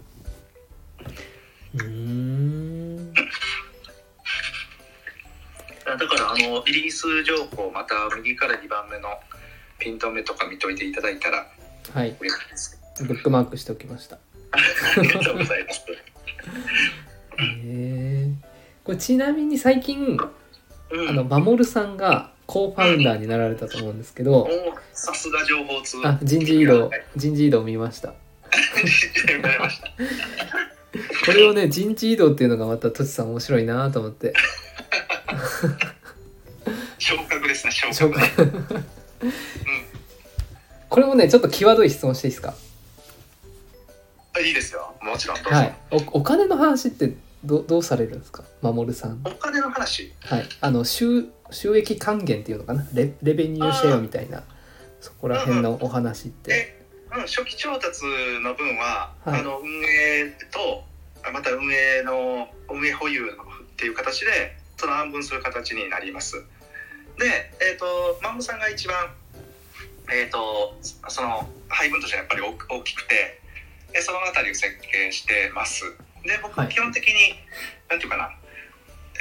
うーんあだからあのリリース情報また右から2番目のピン止めとか見といていただいたらはい嬉しいです。ブックマークしておきましたありがとうござい ます。へえこれちなみに最近うん、あのマモルさんがコーファウンダーになられたと思うんですけどおさすが情報通。あ人事異動 はい人事異動見ましたわかりました。これをね人事異動っていうのがまたとちさん面白いなと思 って昇格ですね。昇紹格。介これもねちょっと際どい質問していいですかあいいですよ。もちろんどうぞ。はいおお金の話ってどどうされるんですかマモルさんお金の話。はい、あの収収益還元っていうのかなレレベニューシェアみたいなそこら辺のお話ってえうん、初期調達の分は、はいあの運営とあまた運営の運営保有のっていう形でその半分する形になりますでえっ、とマンムさんが一番えっ、とその配分としてはやっぱり大大きくてでそのあたりを設計してますで僕はい基本的に、なんていうかな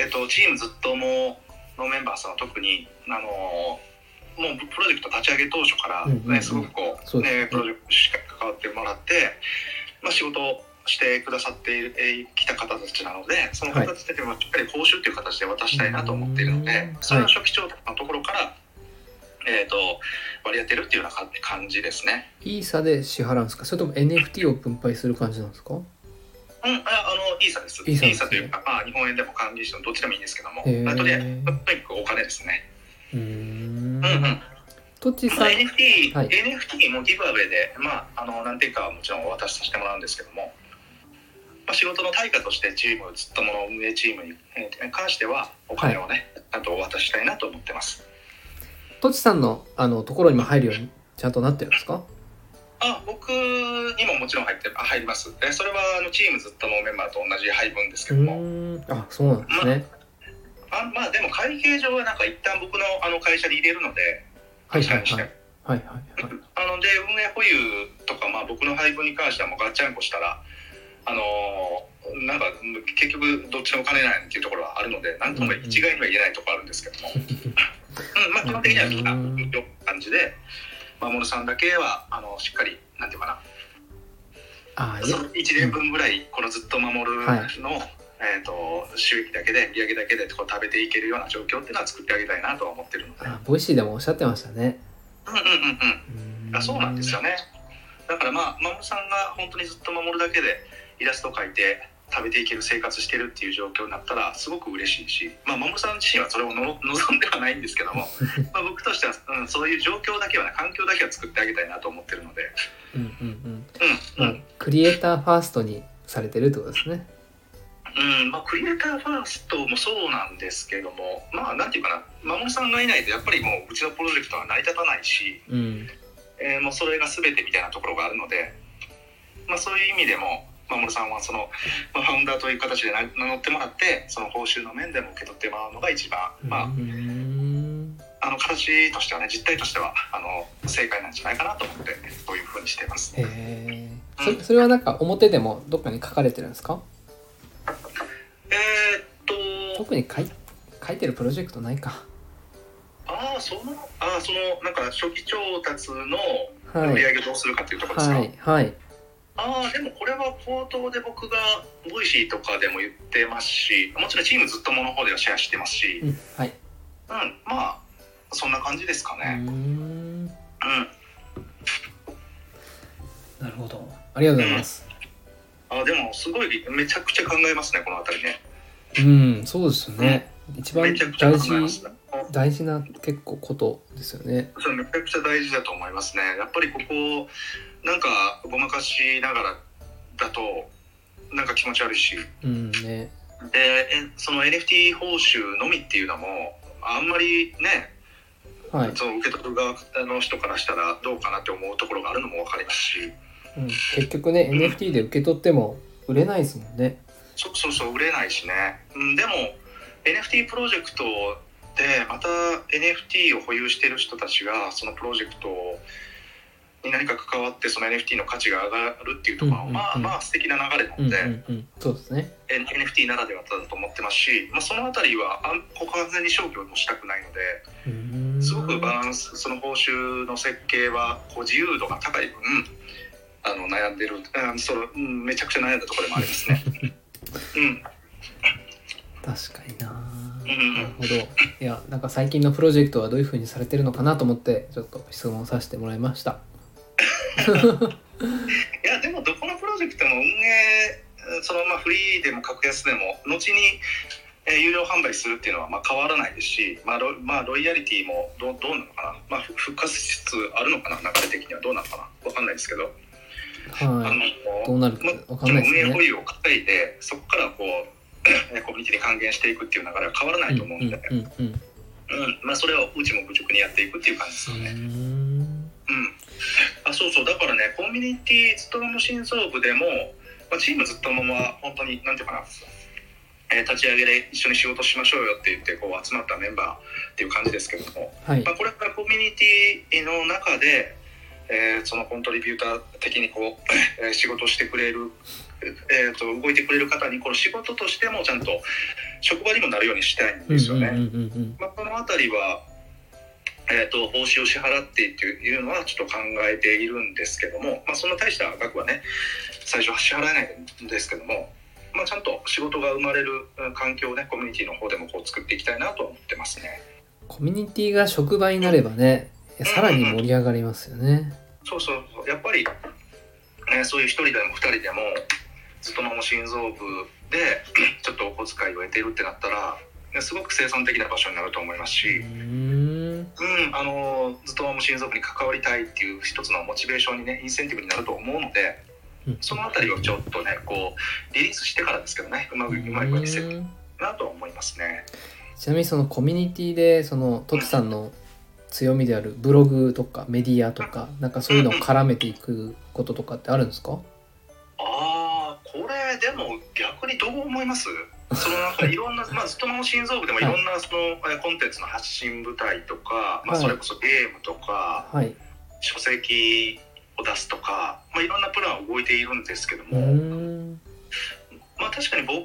えっ、とチームずっともうのメンバーさんは特にあのもうプロジェクト立ち上げ当初から、うねんうんうんすごくこうそうですねね、プロジェクトしか関わってもらって、まあ、仕事をしてくださっているえーきた方たちなのでその方たちにもしっかり報酬という形で渡したいなと思っているので、はいそれの初期調達のところから、えー、と割り当てるっていうような感感じですね。イーサで支払うんですかそれとも NFT を分配する感じなんですかうん、ああのイーサです。イーサですねイーサというか、まあ、日本円でも管理してもどっちでもいいんですけども、へーあとで、とにかくお金ですね。うーんうんうんとちさまあん NFT、はい NFT もギブアウェイで、まあ、あの何点かはもちろんお渡しさせてもらうんですけども、まあ、仕事の対価としてチームずっともの運営チームにえー関してはお金をね、ちゃんとお渡ししたいなと思ってますとちさんのあのところにも入るようにちゃんとなってるんですかあ僕にももちろん入ってあ入りますえそれはあのチームずっともメンバーと同じ配分ですけうども、ーんあそうなんですねあまあでも会計上はなんか一旦僕のあの会社に入れるのではいは会社いにして、はいはいはいはいあので運営保有とか、まあ、僕の配分に関してはもうガッチャンコしたら、あのーなんか結局どっちもお金ないっていうところはあるので何とも一概には言えないところあるんですけども、うんまあ、基本的にはみんなうんよく感じで守さんだけはあのしっかりなんていうかあなーいその1年分ぐらいこのずっと守るの、はいえー、と収益だけで売り上げだけでこう食べていけるような状況っていうのは作ってあげたいなとは思ってるので。あボイシーでもおっしゃってましたねうんうんうんうんうーあそうなんですよねだからまあ守さんが本当にずっと守るだけでイラスト描いて食べていける生活してるっていう状況になったらすごく嬉しいし、まあ、守さん自身はそれをの ろ望んではないんですけ どもまあ僕としては、うん、そういう状況だけはね環境だけは作ってあげたいなと思ってるので、うんうんううんん、まあ、クリエイターファーストにされてるってことですねうんまあ、クリエイターファーストもそうなんですけどもまあなんていうかな守さんがいないとやっぱりもううちのプロジェクトは成り立たないし、うんえーもうそれが全てみたいなところがあるので、まあ、そういう意味でも守さんはその、まあ、ファウンダーという形でな名乗ってもらってその報酬の面でも受け取ってもらうのが一番、うまーんあ、あの形としてはね実態としてはあの正解なんじゃないかなと思ってそういうふうにしています。へえそそれはなんか表でもどっかに書かれてるんですかえーっと特に書い書いてるプロジェクトないかああそのああそのなんか初期調達のは売りい上げをどうするかっていうところですか、はいはいああでもこれは冒頭で僕がボイシーとかでも言ってますしもちろんチームずっともの方ではシェアしてますし、うんはいうん、まあそんな感じですかうーね。んうん、なるほどありがとうございますあでもすごいめちゃくちゃ考えますねこの辺りね。うんそうですね一番めちゃくちゃ考大えます事ね。大事な結構ことですよねそれめちゃくちゃ大事だと思いますね。やっぱりここなんかごまかしながらだとなんか気持ち悪いし、うんねでえその NFT 報酬のみっていうのもあんまりね、はい、その受け取る側の人からしたらどうかなって思うところがあるのもわかりますし、うん、結局ね NFT で受け取っても売れないですもんねそうそうそう売れないしね、うん、でも NFT プロジェクトでまた NFT を保有している人たちがそのプロジェクトに何か関わってその NFT の価値が上がるっていうところは、うんうんうんまあまあ素敵な流れなうのんうで、んうんそうですね N- NFT ならではだと思ってますし、まあ、その辺りはあんここ完全に消去もしたくないのでうーんすごくバランスその報酬の設計はこう自由度が高い分あの悩んでる、うんそのうんめちゃくちゃ悩んだところでもありますね。 うん確かになうんなるほどいやなんか最近のプロジェクトはどういう風にされてるのかなと思ってちょっと質問させてもらいましたいやでもどこのプロジェクトも運営そのまあフリーでも格安でも後に、えー有料販売するっていうのはまあ変わらないですし、まあロまあ、ロイヤリティもどうどうなのかな、まあ、ふ復活しつつあるのかな流れ的にはどうなのかな分かんないですけど、あはのいどうなるかわかんないで運す営保ね有を買いでそこからこ うコミュニティに還元していくっていう流れは変わらないと思うんで、うんうんうんうんまあ、それをうちも愚直にやっていくっていう感じですうよね。んうん、あそうそうだからねコミュニティずっとの心臓部でも、まあ、チームずっとのまま本当になんていうかな、えー立ち上げで一緒に仕事しましょうよって言ってこう集まったメンバーっていう感じですけども、はいまあ、これからコミュニティの中で、えーそのコントリビューター的にこう、えー仕事をしてくれる、えー、と動いてくれる方にこの仕事としてもちゃんと職場にもなるようにしたいんですよね。うんうんうんうんまあ、この辺りは、えー、と報酬を支払ってっていうのはちょっと考えているんですけども、まあ、そんな大した額はね最初は支払えないんですけども、まあ、ちゃんと仕事が生まれるうん環境をねコミュニティの方でもこう作っていきたいなとは思ってますね。コミュニティが職場になればねいやさらに盛り上がりますよねそうそうそうやっぱり、ね、そういう一人でも二人でもずっとの心臓部でちょっとお小遣いを得てるってなったら、ねすごく生産的な場所になると思いますうし。ーんうん、あのずっとも心臓部に関わりたいっていう一つのモチベーションにねインセンティブになると思うのでうんそのあたりをちょっとねこうリリースしてからですけどねうまくうまいことにせるうんなとは思いますね。ちなみにそのコミュニティでそのトキさんの強みであるブログとかメディアとかなんかそういうのを絡めていくこととかってあるんですかあーこれでも逆にどう思いますそのなん かいろんな、まあ、ずっとの心臓部でもいろんなそのえーコンテンツの発信舞台とか、まあ、はいそれこそゲームとかはい書籍を出すとか、まあ、いろんなプランは動いているんですけどうーも。んまあ、確かに僕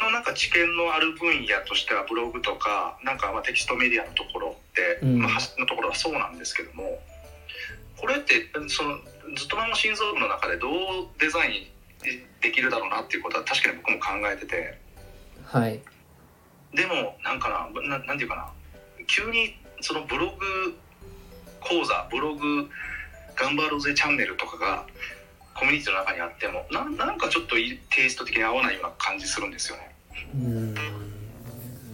のなんか知見のある分野としてはブログとかなんかまあテキストメディアのところって、うんまあ、発信のところはそうなんですけどもこれってそのずっとまの心臓部の中でどうデザインできるだろうなっていうことは確かに僕も考えててはいでもなんかなななんていうかな急にそのブログ講座ブログ頑張ろうぜチャンネルとかがコミュニティの中にあってもなんなんかちょっといテイスト的に合わないような感じするんですよね。うーん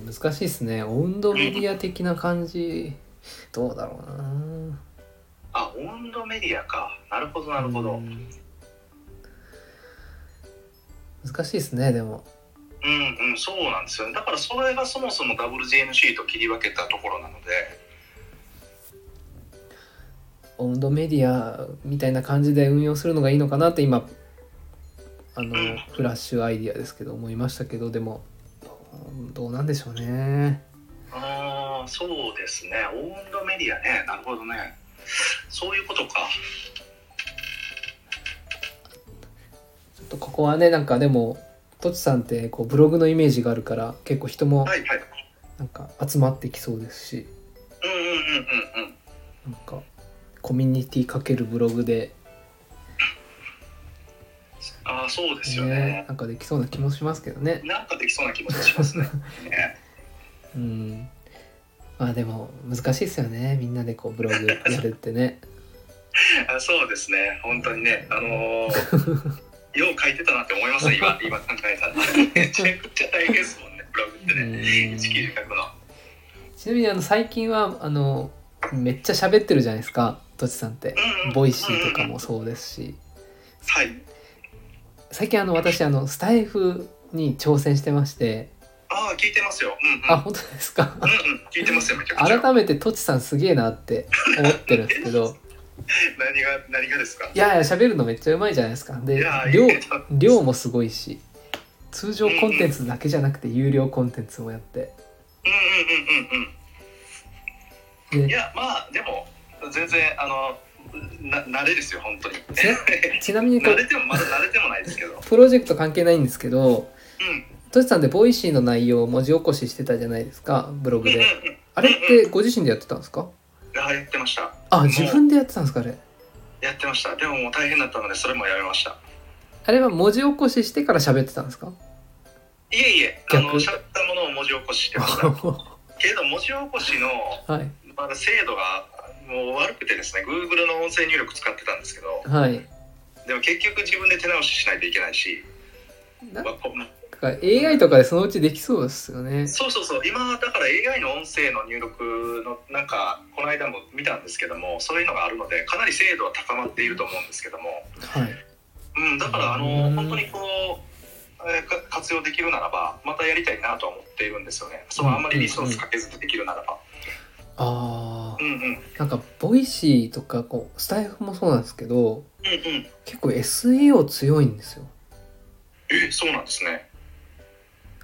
難しいですねオウンドメディア的な感じどうだろうなあ、温度メディアか。なるほど、なるほうど。ん難しいですねでもうん、うん、そうなんですよね。だから、それがそもそも WGMC と切り分けたところなので。オウンドメディアみたいな感じで運用するのがいいのかなって今あのうんフラッシュアイディアですけど思いましたけどでもどうなんでしょうねああ、そうですね。温度メディアね。なるほどね。そういうことか。ちょっとここはねなんかでもとちさんってこうブログのイメージがあるから結構人もはい、はい。なんか集まってきそうですしうん、うん、うん、うん、うん。なんかコミュニティかけるブログでああ、そうですよねね。なんかできそうな気もしますけどねなんかできそうな気もし ますね。ねうんまあでも難しいですよねみんなでこうブログやるってねあそうですね。本当にね。あ のーよう書いてたなって思いますね。今、今考えたら。めちゃくちゃ大変ですもんね。ブログってね。うん一記事書くの。ちなみにあの最近はあのめっちゃ喋ってるじゃないですかとちさんってうんうんボイシーとかもそうですしはい。最近あの私あのスタイフに挑戦してましてああ、聞いてますよ。うん、うん。あ本当ですかうんうん、聞いてますよ、めちゃくちゃ。改めてとちさんすげえなって思ってるんですけど何が、何がですか。いやいや喋るのめっちゃうまいじゃないですかでや量いや量もすごいし通常コンテンツだけじゃなくて有料コンテンツもやってうんうんうんうんうん。いでや、まあ、でも、全然、あの、な、慣れですよ、本当に。ちちなみにこ慣うれても、まだ慣れてもないですけど。プロジェクト関係ないんですけどうん。としさんでボイシーの内容を文字起こししてたじゃないですかブログうんうんであれってご自身でやってたんですかうん。あ、やってました。あ自分でやってたんですかあれやってました。でも、もう大変だったので、それもやめました。あれは文字起こししてから喋ってたん ですかいえいえ、あの、逆しゃったものを文字起こしして ました。はけど、文字起こしの、いまだ精度が、もう悪くてですね、Google の音声入力使ってたんですけど。はいでも結局自分で手直ししないといけないし、なまあこだから AI とかでそのうちできそうですよねそうそうそう今だから AI の音声の入力のなんかこの間も見たんですけどもそういうのがあるのでかなり精度は高まっていると思うんですけども、はいうん、だからあうのん本当にこうえーか活用できるならばまたやりたいなとは思っているんですよねそのあんまりリソースかけずにできるならば。あうんうんうんなんかボイシーとかこうスタイフもそうなんですけどうんうん結構 SEO 強いんですよえそうなんですね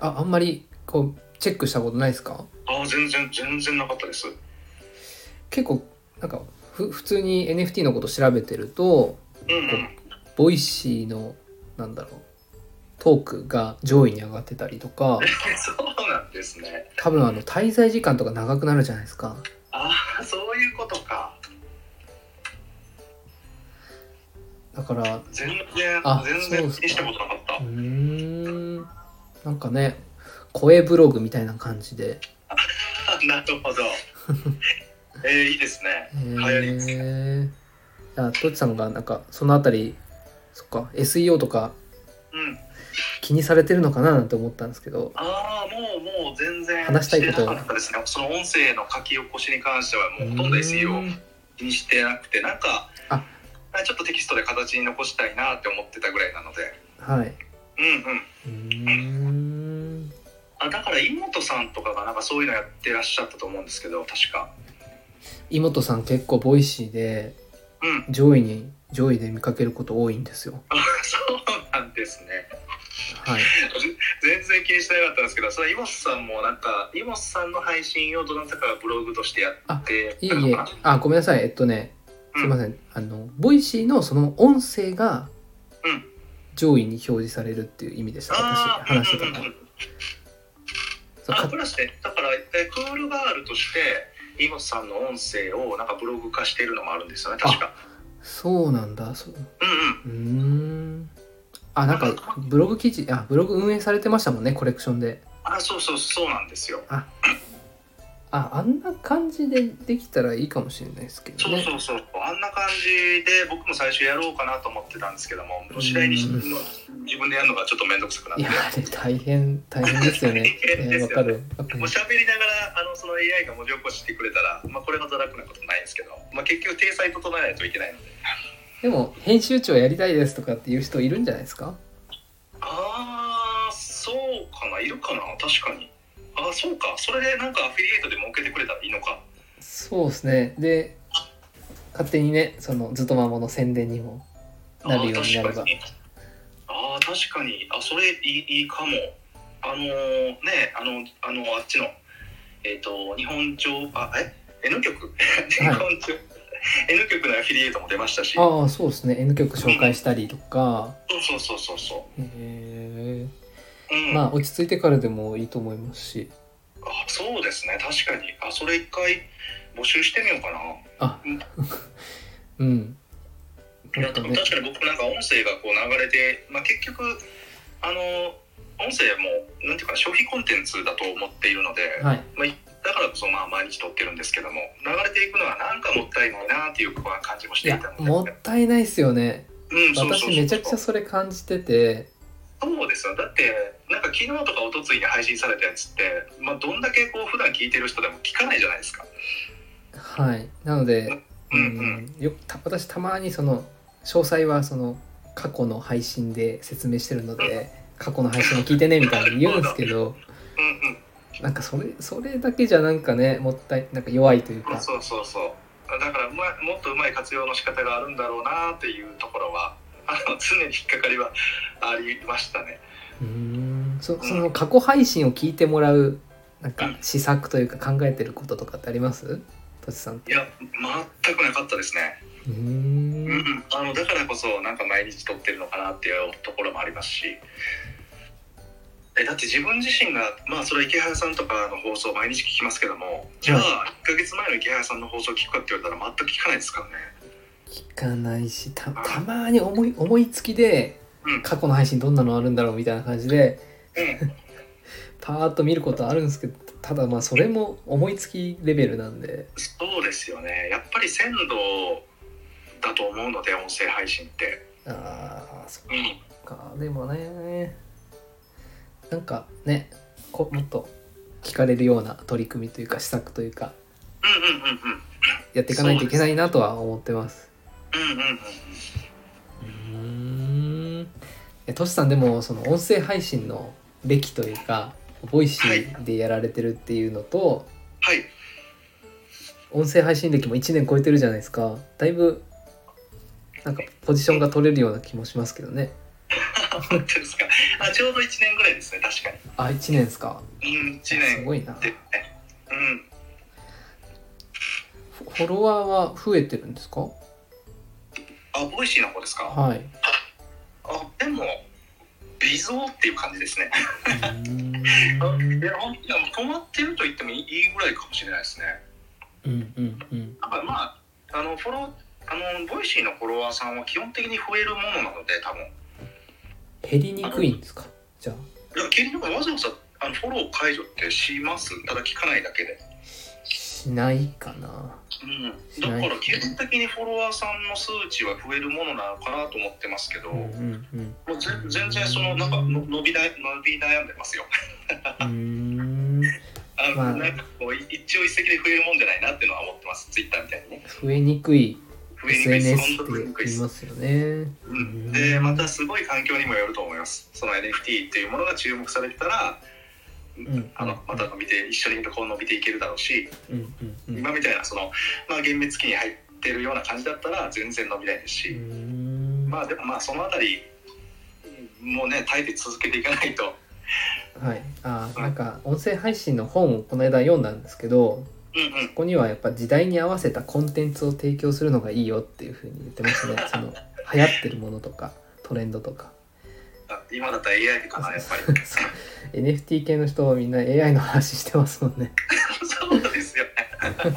ああんまりこうチェックしたことないですかああ全然全然なかったですう結構なんかふ普通に NFT のこと調べてるとんうんボイシーのなんだろうトークが上位に上がってたりとか そうなんですね多分あの滞在時間とか長くなるじゃないですかああそういうことかだから全然あ全そう然ですか気にしたことなかったうーんなんかね声ブログみたいな感じで、あなるほ どえー、いいですねえー、流行りですねあトチさんがなんかそのあたりそっか SEO とかうん気にされてるのかななんて思ったんですけどああもうもう全然話したいことしてなかったですねその音声の書き起こしに関してはもうほとんど SEO うーん気にしてなくてなんかあちょっとテキストで形に残したいなって思ってたぐらいなのではいうんうんうーんあだから妹さんとかがなんかそういうのやってらっしゃったと思うんですけど確か妹さん結構ボイシーでうん 上位に上位で見かけること多いんですよあそうなんですねはい全然気にしてなかったんですけどそれ妹さんもなんか妹さんの配信をどなたかがブログとしてやっていえたいのえかなあごめんなさいえっとねうんすいません、あのボイシーのその音声がうん上位に表示されるっていう意味でした、あ私ー話してたのうんうんうんはうんそうあかプラスでだからえクールガールとしてイモさんの音声をなんかブログ化しているのもあるんですよね確かそうなんだそううんうんうーんあなんかブログ記事あブログ運営されてましたもんねコレクションであそうそうそうなんですよああんな感じでできたらいいかもしれないですけどそうねそうそう、あんな感じで僕も最初やろうかなと思ってたんですけども次第にしうん自分でやるのがちょっと面倒くさくなっいてやあれ大変大変ですよね大変えですーわ、よかるわかるおしゃべりながらあのその AI が文字起こししてくれたら、まあ、これほど楽なことないんですけど、まあ、結局体裁整えないといけないのででも編集長やりたいですとかっていう人いるんじゃないですかああそうかないるかな確かにああそうかそれでなんかアフィリエイトで儲けてくれたらいいのかそうですねで勝手にねそのずっとまもの宣伝にもなるようになればあー確かにあー確かにあそれいいいいかもあのーねあのあのあっちのえっ、と日本町あえ N 局 日本町、N 局のアフィリエイトも出ましたしああそうですね N 曲紹介したりとか、そうそうそうそうそへう、うんえまあ落ち着いてからでもいいと思いますしあそうですね確かにあそれ一回募集してみようかなうんいなやんかでもね確かに僕なんか音声がこう流れて、まあ、結局あの音声もなんていうかな消費コンテンツだと思っているので、はいだからこそまあ毎日撮ってるんですけども流れていくのはなんかもったいないなっていう感じもしいていやたのでもったいないっすよねうん、そう私そうそうめちゃくちゃそれ感じててそうですよだってなんか昨日とか一昨日に配信されたやつって、まあ、どんだけこう普段聞いてる人でも聞かないじゃないですかはいなのでううんんよくた私たまにその詳細はその過去の配信で説明してるので過去の配信も聞いてねみたいに言うんですけどうんなんかそれそれだけじゃなんかねもったいなんか弱いといううんかそうそうそうだから、まあ、もっとうまい活用の仕方があるんだろうなっていうところはあの常に引っかかりはありましたねうーんそその過去配信を聞いてもらうなんか施策というか考えてることとかってありますとちさんっいてや全くなかったですねうーうんん、あのだからこそなんか毎日撮ってるのかなっていうところもありますしえだって自分自身がまあそれは池原さんとかの放送毎日聞きますけどもじゃあ1ヶ月前の池原さんの放送聞くかって言われたら全く聞かないですからね聞かないしたたまに思い思いつきでうん過去の配信どんなのあるんだろうみたいな感じでパーッと見ることあるんですけどただまあそれも思いつきレベルなんでそうですよねやっぱり鮮度だと思うので音声配信ってあーそうんっかでもねなんかねこもっと聞かれるような取り組みというか施策というかうんうんうんうんやっていかないといけないなとは思ってます。うんううーんうんんえトシさんでもその音声配信の歴と いうかボイシーでやられてるっていうのと、はい音声配信歴も1年超えてるじゃないですかだいぶなんかポジションが取れるような気もしますけどね本当ですかあちょうど1年ぐらいですね確かあ1年ですかにうん1す年ごいなでうんフォロワーは増えてるんですかあボイシーの方ですか はいあでも微増っていう感じですねうーんいや本当に止まってると言ってもいいぐらいかもしれないですねうんうんうんやっぱりまああのフォローあのボイシーのフォロワーさんは基本的に増えるものなので多分減りにくいんですかじゃあいや結局わざわざあのフォロー解除ってしますただ聞かないだけで、しないかなうん、だから基本的にフォロワーさんの数値は増えるものなのかなと思ってますけど、うんうんうんもうぜ全然そのなんかの伸びだ伸び悩んでますようーんあの、まあなんかこうい一朝一夕で増えるもんじゃないなっていうのは思ってますツイッターみたいにね増えにくい増えにくいです SNS っ本当増えにくて言いいですますよねうんでまたすごい環境にもよると思いますその NFT っていうものが注目されてたら、んあのまた伸びて一緒にこう伸びていけるだろうし、うんうんうん今みたいなその、まあ、厳密期に入ってるような感じだったら全然伸びないですうーし、んまあでもまあそのあたりもうね耐えて続けていかないと、はい、あーなんか音声配信の本をこの間読んだんですけどうんうこん、こにはやっぱ時代に合わせたコンテンツを提供するのがいいよっていうふうに言ってました ねその流行ってるものとかトレンドとかあ今だったら AI かなやっぱりそう NFT 系の人はみんな AI の話してますもんねそうですよね そう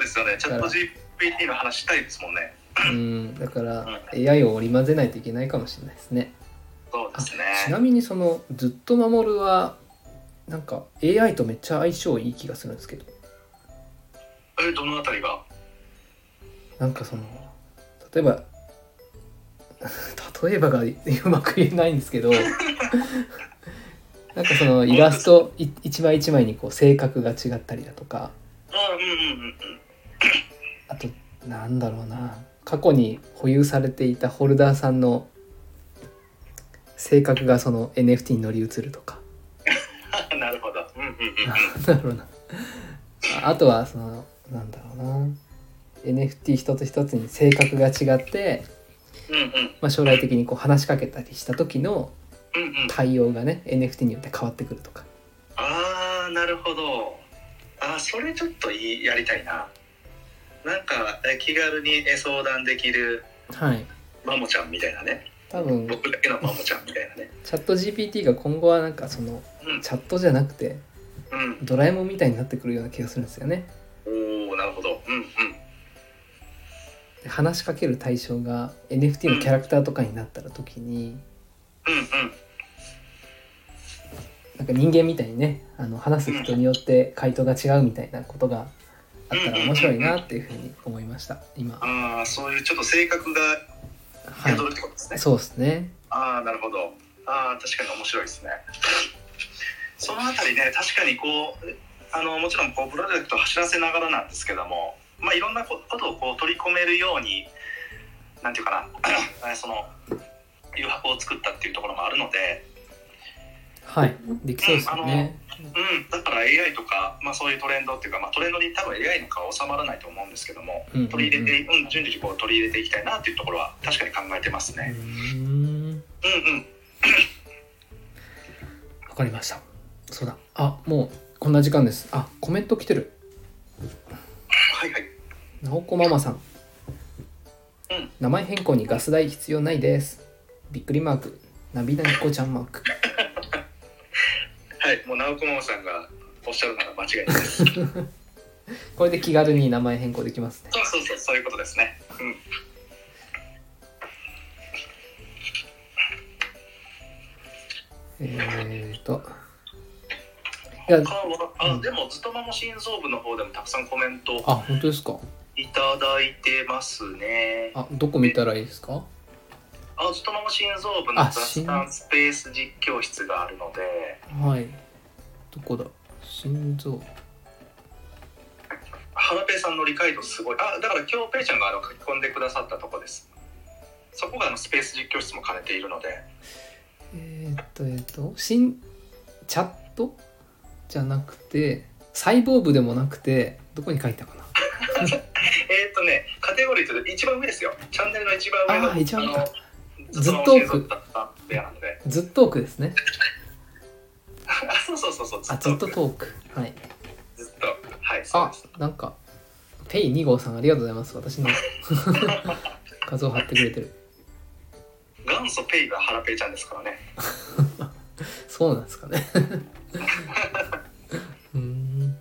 ですよねチャット GPT の話したいですもんねうんだから AI を織り交ぜないといけないかもしれないですねそうですちねなみにその「ずっと守る」はなんか AI とめっちゃ相性いい気がするんですけどえどのあたりがなんかその例えば 例えばがうまく言えないんですけど なんかそのイラストい一枚一枚にこう性格が違ったりだとかうんうんうんうんあとなんだろうな過去に保有されていたホルダーさんの性格がその NFT に乗り移るとか あなるほど。うん うんうんなんだろうなああとはそのなんだろうな NFT 一つ一つに性格が違って、うんうんまあ、将来的にこう話しかけたりした時のうんうん。対応がね NFT によって変わってくるとかああなるほど。あーそれちょっといいやりたいな。なんかえ気軽にえ相談できるはいマモちゃんみたいなね。多分僕だけのマモちゃんみたいなね。チャット GPT が今後はなんかそのチャットじゃなくてうんうん。ドラえもんみたいになってくるような気がするんですよねおおなるほど。うんうん。で話しかける対象が NFT のキャラクターとかになったら時にうんうん。なんか人間みたいにねあの話す人によって回答が違うみたいなことがあったら面白いなっていうふうに思いました今ああそういうちょっと性格がは宿いるってことですね。そうですねああなるほど。ああ確かに面白いですね。そのあたりね確かにこうあのもちろんこうプロジェクトを走らせながらなんですけども、まあいろんなこことをこう取り込めるようになんていうかな あその誘惑を作ったっていうところもあるので、はいできそうですよねうんだから AI とかまあそういうトレンドっていうかまあトレンドに多分 AI の顔は収まらないと思うんですけども。うんうんうん取り入れて、うん、順次こう取り入れていきたいなっていうところは確かに考えてますね。うーんうんうん。わかりました。そうだ。あ、もうこんな時間です。あ、コメント来てる。はいはい。なおこママさん。うん名前変更にガス代必要ないです。びっくりマーク。涙にこちゃんマーク。はい、もう直子ママさんがおっしゃるなら間違いない です。これで気軽に名前変更できますね。そうそうそう、そういうことですね。うん。えーと。いや他、は、あ、でも、ずっとまも心臓部の方でもたくさんコメントあ、本当ですか。いただいてますね。あ、どこ見たらいいですか。あ、ずっとまも心臓部のあ雑談スペース実況室があるので、はい。どこだ。心臓。ハラペイさんの理解度すごい。あ、だから今日ペイちゃんがあの書き込んでくださったとこです。そこがあのスペース実況室も兼ねているので、えーっとえーっとしんチャットじゃなくて細胞部でもなくてどこに書いたかなえーっとね、カテゴリーというと一番上ですよ。チャンネルの一番上の。あー一番上かのずっと奥ずっと奥だったペアなので。ずっと奥ですねあ、そうそうそうそう。あずっとずっトークはいと。はい、そうあです。なんかペイ2号さんありがとうございます私の 画像貼ってくれてる元祖ペイがハラペイちゃんですからね。そうなんですかね うーん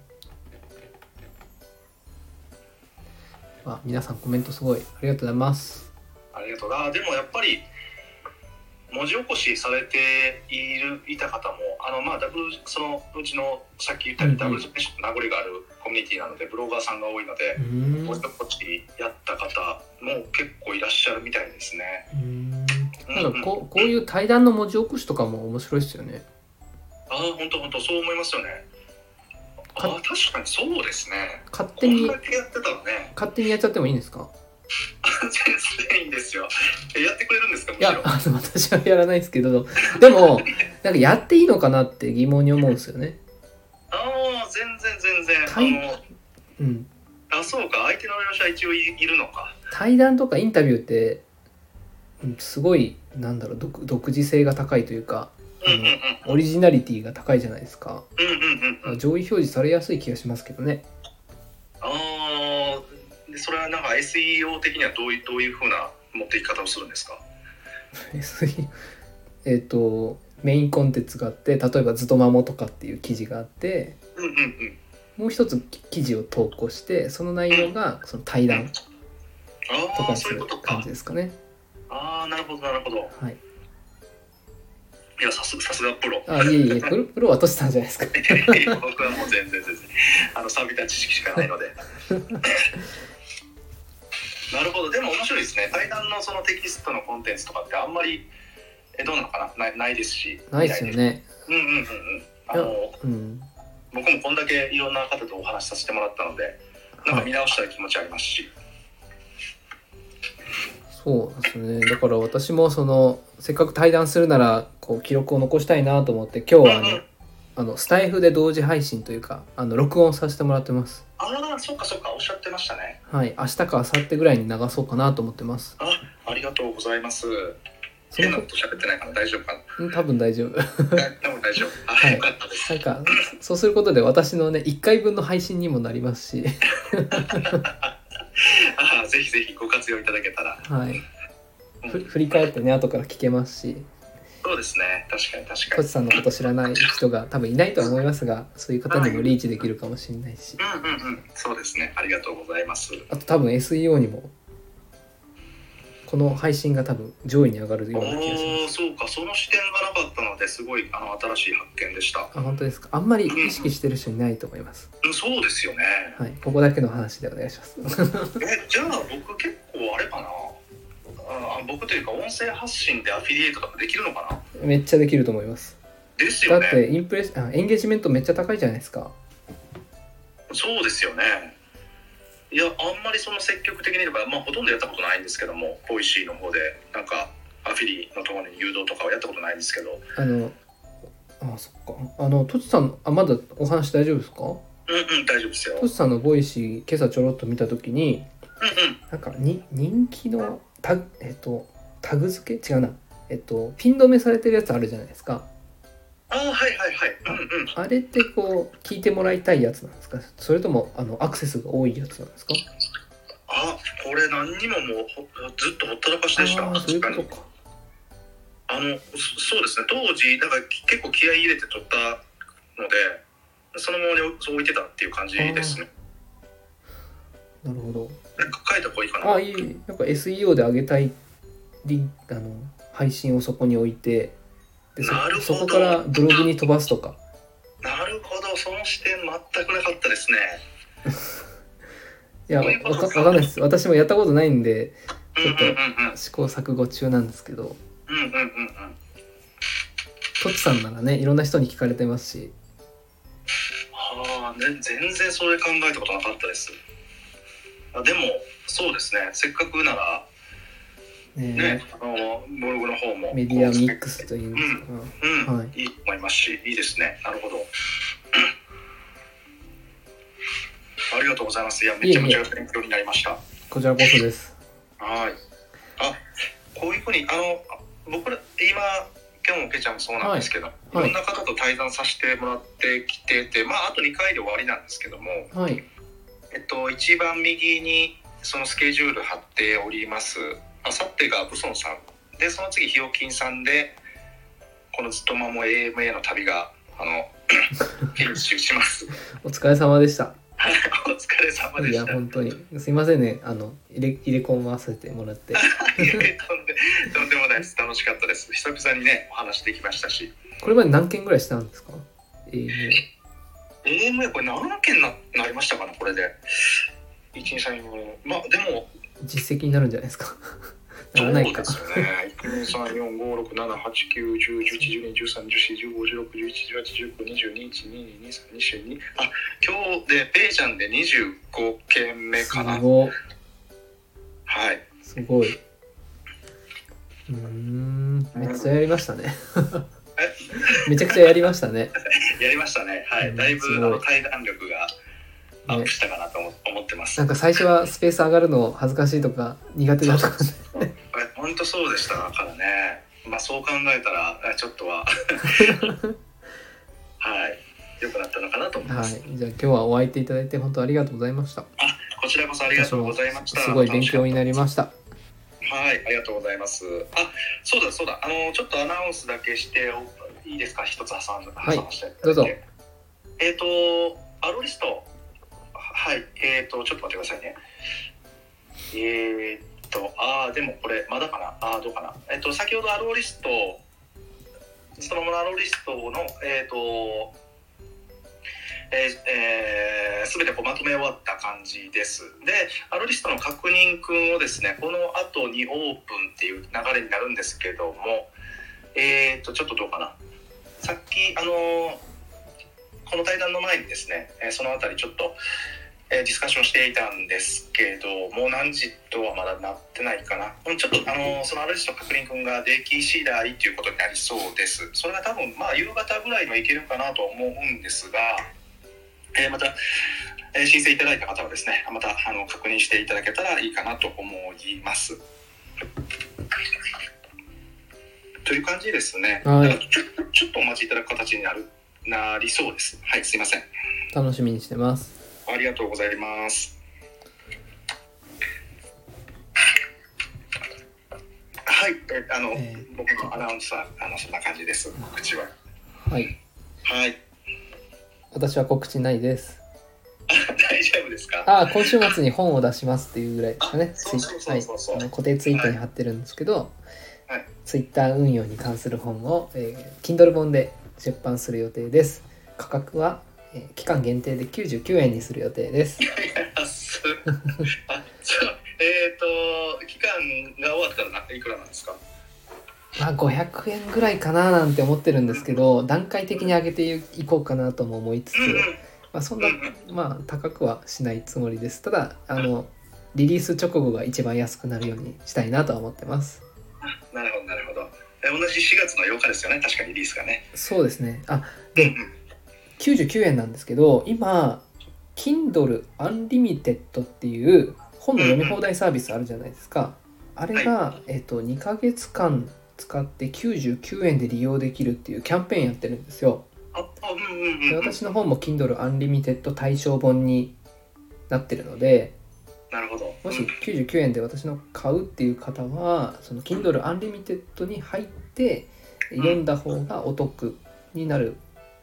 あ皆さんコメントすごいありがとうございますありがとう。あー、でもやっぱり。文字起こしされているいた方もあのまあダブルそのうちのさっき言ったよううにんダうんブルジェネレーションの名残があるコミュニティなのでブロガーさんが多いのでうーんう文字起こしやった方も結構いらっしゃるみたいですね。ーんうんなんうかんこうこういう対談の文字起こしとかも面白いですよねああ、本当本当そう思いますよね。あかあ、確かにそうですね。勝こ手んにだけやってたらね、勝手にやっちゃってもいいんですか 全然いいんですよ。えやってくれるんですか、むいしやろ。あの私はやらないですけどでもなんかやっていいのかなって疑問に思うんですよねああ、全然全然。はいあうんの、あ、そうか、相手の描写は一応いいるのか。対談とかインタビューってうんすごいなんだろう独独自性が高いというかうんうんうん。オリジナリティが高いじゃないですかうんうんうんうん。上位表示されやすい気がしますけどね ああ、でそれはなんか SEO 的にはどういうどういう風な持っていき方をするんですか。 SE えっとメインコンテンツがあって例えば「ずとまも」とかっていう記事があってうんうんうん。もう一つき記事を投稿してその内容がその対談とあかあ、にすそういるうこと感かじ。ですかねああ、なるほどなるほど。はいいや、さすさすがプロ。あいえいえプロプロはとしたんじゃないですか 僕はもう全然全然あの錆びた知識しかないので なるほどでも面白いですね対談のそのテキストのコンテンツとかってあんまりえどうなのかなないないですしないですよねうんうんうんうんあのうん僕もこんだけいろんな方とお話しさせてもらったのでなんはか見い直したい気持ちありますし、そうなんですねだから私もそのせっかく対談するならこう記録を残したいなと思って今日はあうんうのんあのスタイフで同時配信というかあの録音させてもらってますああそっかそっかおっしゃってましたねはい、明日か明後日ぐらいに流そうかなと思ってます。あありがとうございますそ変なのこと喋ってないかな大丈 夫かうん多分大丈夫。なでも大丈夫あ、はいよかったですなんかそうすることで私のね1回分の配信にもなりますし、あーぜひぜひご活用いただけたらはい、うんふ振り返ってね後から聞けますし、そうですね確かに確かトにチさんのこと知らない人が多分いないとは思いますが、そういう方にもリーチできるかもしれないし、うんうんうんそうですねありがとうございますあと多分 SEO にもこの配信が多分上位に上がるおよおうな気がします。ーそうかその視点がなかったのですごいあの新しい発見でしたあ本当ですか。あんまり意識してる人いないと思います。うんそうですよねはい、ここだけの話でお願いします。 えじゃあ僕結構あれかなあ僕というか音声発信でアフィリエイトとかできるのかなめっちゃできると思います。ですだよっねてインプレッシあエンゲージメントめっちゃ高いじゃないですかそうですよねいやあんまりその積極的にとか、まあ、ほとんどやったことないんですけどもポイシーの方でなんかアフィリのところに誘導とかはやったことないんですけどあのあそっかあのトチさんあまだお話大丈夫ですかうんうん大丈夫ですよトチさんのボイシー今朝ちょろっと見た時にうんうんなんかに人気のタグえっとタグ付け違うなえっとピン止めされてるやつあるじゃないですかああはいはいはいうんうんあれってこう聞いてもらいたいやつなんですかそれともあのアクセスが多いやつなんですかあこれ何にももうほずっとほったらかしあでしたあーそうい確うこかとにかあのそそうですね当時だからき結構気合い入れて撮ったのでそのままに置置いてたっていう感じですねなるほどなんか書いた方がいいかなあいいなんか SEO で上げたいリンあの配信をそこに置いてでそなるほどそこからブログに飛ばすとかなるほどその視点全くなかったですねいやわそういうかことわかかんないです私もやったことないんでうんちうょんっと試行錯誤中なんですけどうんうんうんうんうんうんとちさんならねいろんな人に聞かれてますしああ、ね、全然それ考えたことなかったですあでもそうですねせっかくならねね、あのブログの方もメディアミックスというんですか、うん、はいい、いと 思いますし、いいですね。なるほど。ありがとうございます。いや、めちゃめちゃ勉強になりました。こちらこそです。はい。あ、こういうふうに、あの、僕ら、今、今日もけちゃんもそうなんですけど、いはいろんな方と対談させてもらってきてて、まあ、あと2回で終わりなんですけども、はい。えっと、一番右にそのスケジュール貼っております。あさってがブソンさん。で、その次、ひよきんさんで、このずっとまも AMA の旅が、あの、 フィニッシュします。 お疲れ様でした。お疲れ様でいや、した。本当に。すいませんね。あの、入れ、入れ込ませてもらって。いやとんでとんでもないです。楽しかったです。久々にね、お話できましたし。これまで何件ぐらいしたんですかえー、 AMA これ何件ななりましたかなこれで1234まあでも実績になるんじゃないです かなそらうないかで。すよね123456789101112131415161718192021222324あ今日でペイちゃんで25件目すかなごい。はいすごい。うーん。めっちゃやりましたね。 めちゃくちゃやりましたね。やりましたねはういんだいぶすあごいの対談力がアッねプしたかなと思思ってますなんか最初はスペース上がるの恥ずかしいとか苦手だとかね、本当そうでしたからねまあそう考えたらあちょっとははい良くなったのかなと思いはます、い。じゃあ今日はお相手いただいて本当ありがとうございました。こちらこそありがとうございましたすごい勉強になりました。はいありがとうございますあそうだそうだあのちょっとアナウンスだけしておいいですか一つ挟んで、はい挟ませていただいてどうぞえっ、とアロリストはいえっ、とちょっと待ってくださいねえっ、とああでもこれまだかなああどうかなえっ、と先ほどアロリストそのままのアロリストのえっ、とえーえー、全てこうまとめ終わった感じです。で、アロリストの確認くんをですね、この後にオープンっていう流れになるんですけども、えっ、と、ちょっとどうかな。さっき、あのーこの対談の前にですね、えーそのあたりちょっと、えーディスカッションしていたんですけどもう何時とはまだなってないかなうんちょっとあ のーそのアロリスト確認くんができ次第ということになりそうですそれが多分まあ夕方ぐらいにはいけるかなと思うんですが、えーまた、えー申請いただいた方はですねまたあの確認していただけたらいいかなと思いますという感じですね、はいだからちょちょっとお待ちいただく形になるなりそうですはいすいません楽しみにしてます。ありがとうございます。はい、えあの、えー僕のアナウンサー、あの、そんな感じです。告知は。はい。はい、 私は告知ないです。大丈夫ですか。ああ、今週末に本を出しますっていうぐらいですかね。そうそうそうそうそうはい、あの固定ツイートに貼ってるんですけど、はいツイッター運用に関する本を、えー Kindle 本で出版する予定です。価格は、えー期間限定で99円にする予定です。あ、すあそう、えっ、と、期間が終わったら、ないくらなんですか。まあ500円ぐらいかななんて思ってるんですけど、段階的に上げていこうかなとも思いつつう、ん、うん、まあ、そんうな、ん、まあ、高くはしないつもりです。ただ、あの、リリース直後が一番安くなるようにしたいなとは思ってます。なるほど、なるほど。え同じ4月の8日ですよね。確かリリースがね。そうですね。あ、うんで、99円なんですけど今 Kindle Unlimited っていう本の読み放題サービスあるじゃないですかあれが、はえっと2ヶ月間使って99円で利用できるっていうキャンペーンやってるんですよあ、あうん、うん、うんでうん。私の本も Kindle Unlimited 対象本になってるのでなるほど。もうしん99円で私の買うっていう方はその Kindle Unlimited に入って読んだ方がお得になる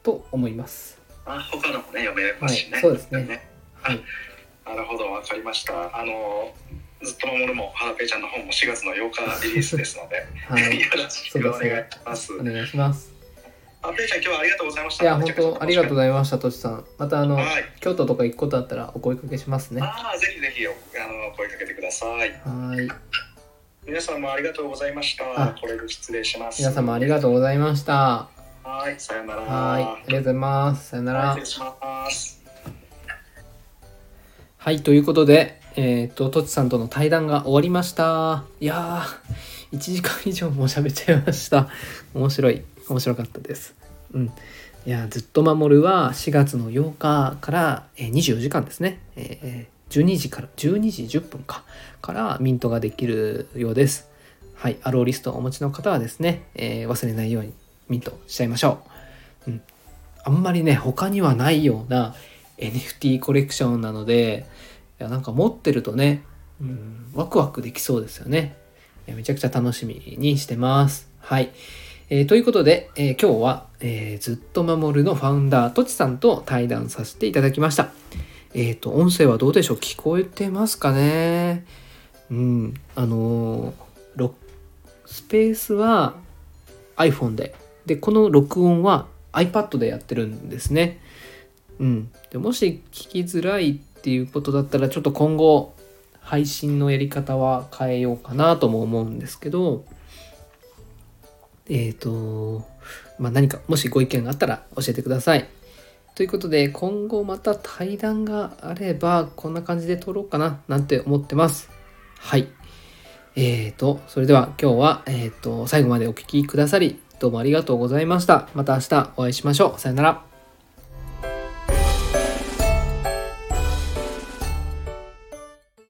と思いますあ、他のもね、読めますしね。はいそうですねはいなるほど、わかりました。あの、ずっと守るも、はらぺちゃんの本も4月の8日リリースですので、 はいよろしくお願いします。お願いします。はぺちゃん、今日はありがとうございましいた。や、本当ありがとうございざいました、としさん。また、あの、はい、京都とか行くことあったらお声かけしますね。はああ、ぜひぜひ、あの、声かけてください。ーい。皆さんもありがとうございましたあ。これで失礼します。皆様ありがとうございました。はい、さよなら。はーい。ありがとうございます。さよなはいら失礼。します。はい、ということで、えっと、とちさんとの対談が終わりました。いやー、1時間以上も喋っちゃいました。面白い。面白かったです。うん。いやずっと守るは4月の8日からえー24時間ですね、えー12時から12時10分かからミントができるようですはいアローリストをお持ちの方はですね、えー忘れないようにミントしちゃいましょう、うん、あんまりね他にはないような NFT コレクションなのでいやなんか持ってるとね、うん、ワクワクできそうですよねいやめちゃくちゃ楽しみにしてますはいえーということで、えー今日は、えーずっと守るのファウンダー、とちさんと対談させていただきました。えっ、と、音声はどうでしょう聞こえてますかねうん、あのーロスペースは iPhone で、で、この録音は iPad でやってるんですね。うん。でもし聞きづらいっていうことだったら、ちょっと今後、配信のやり方は変えようかなとも思うんですけど、えっ、と、まあ、何か、もしご意見があったら教えてください。ということで、今後また対談があれば、こんな感じで撮ろうかな、なんて思ってます。はい。えっ、と、それでは今日は、えっ、と、最後までお聴きくださり、どうもありがとうございました。また明日お会いしましょう。さよなら。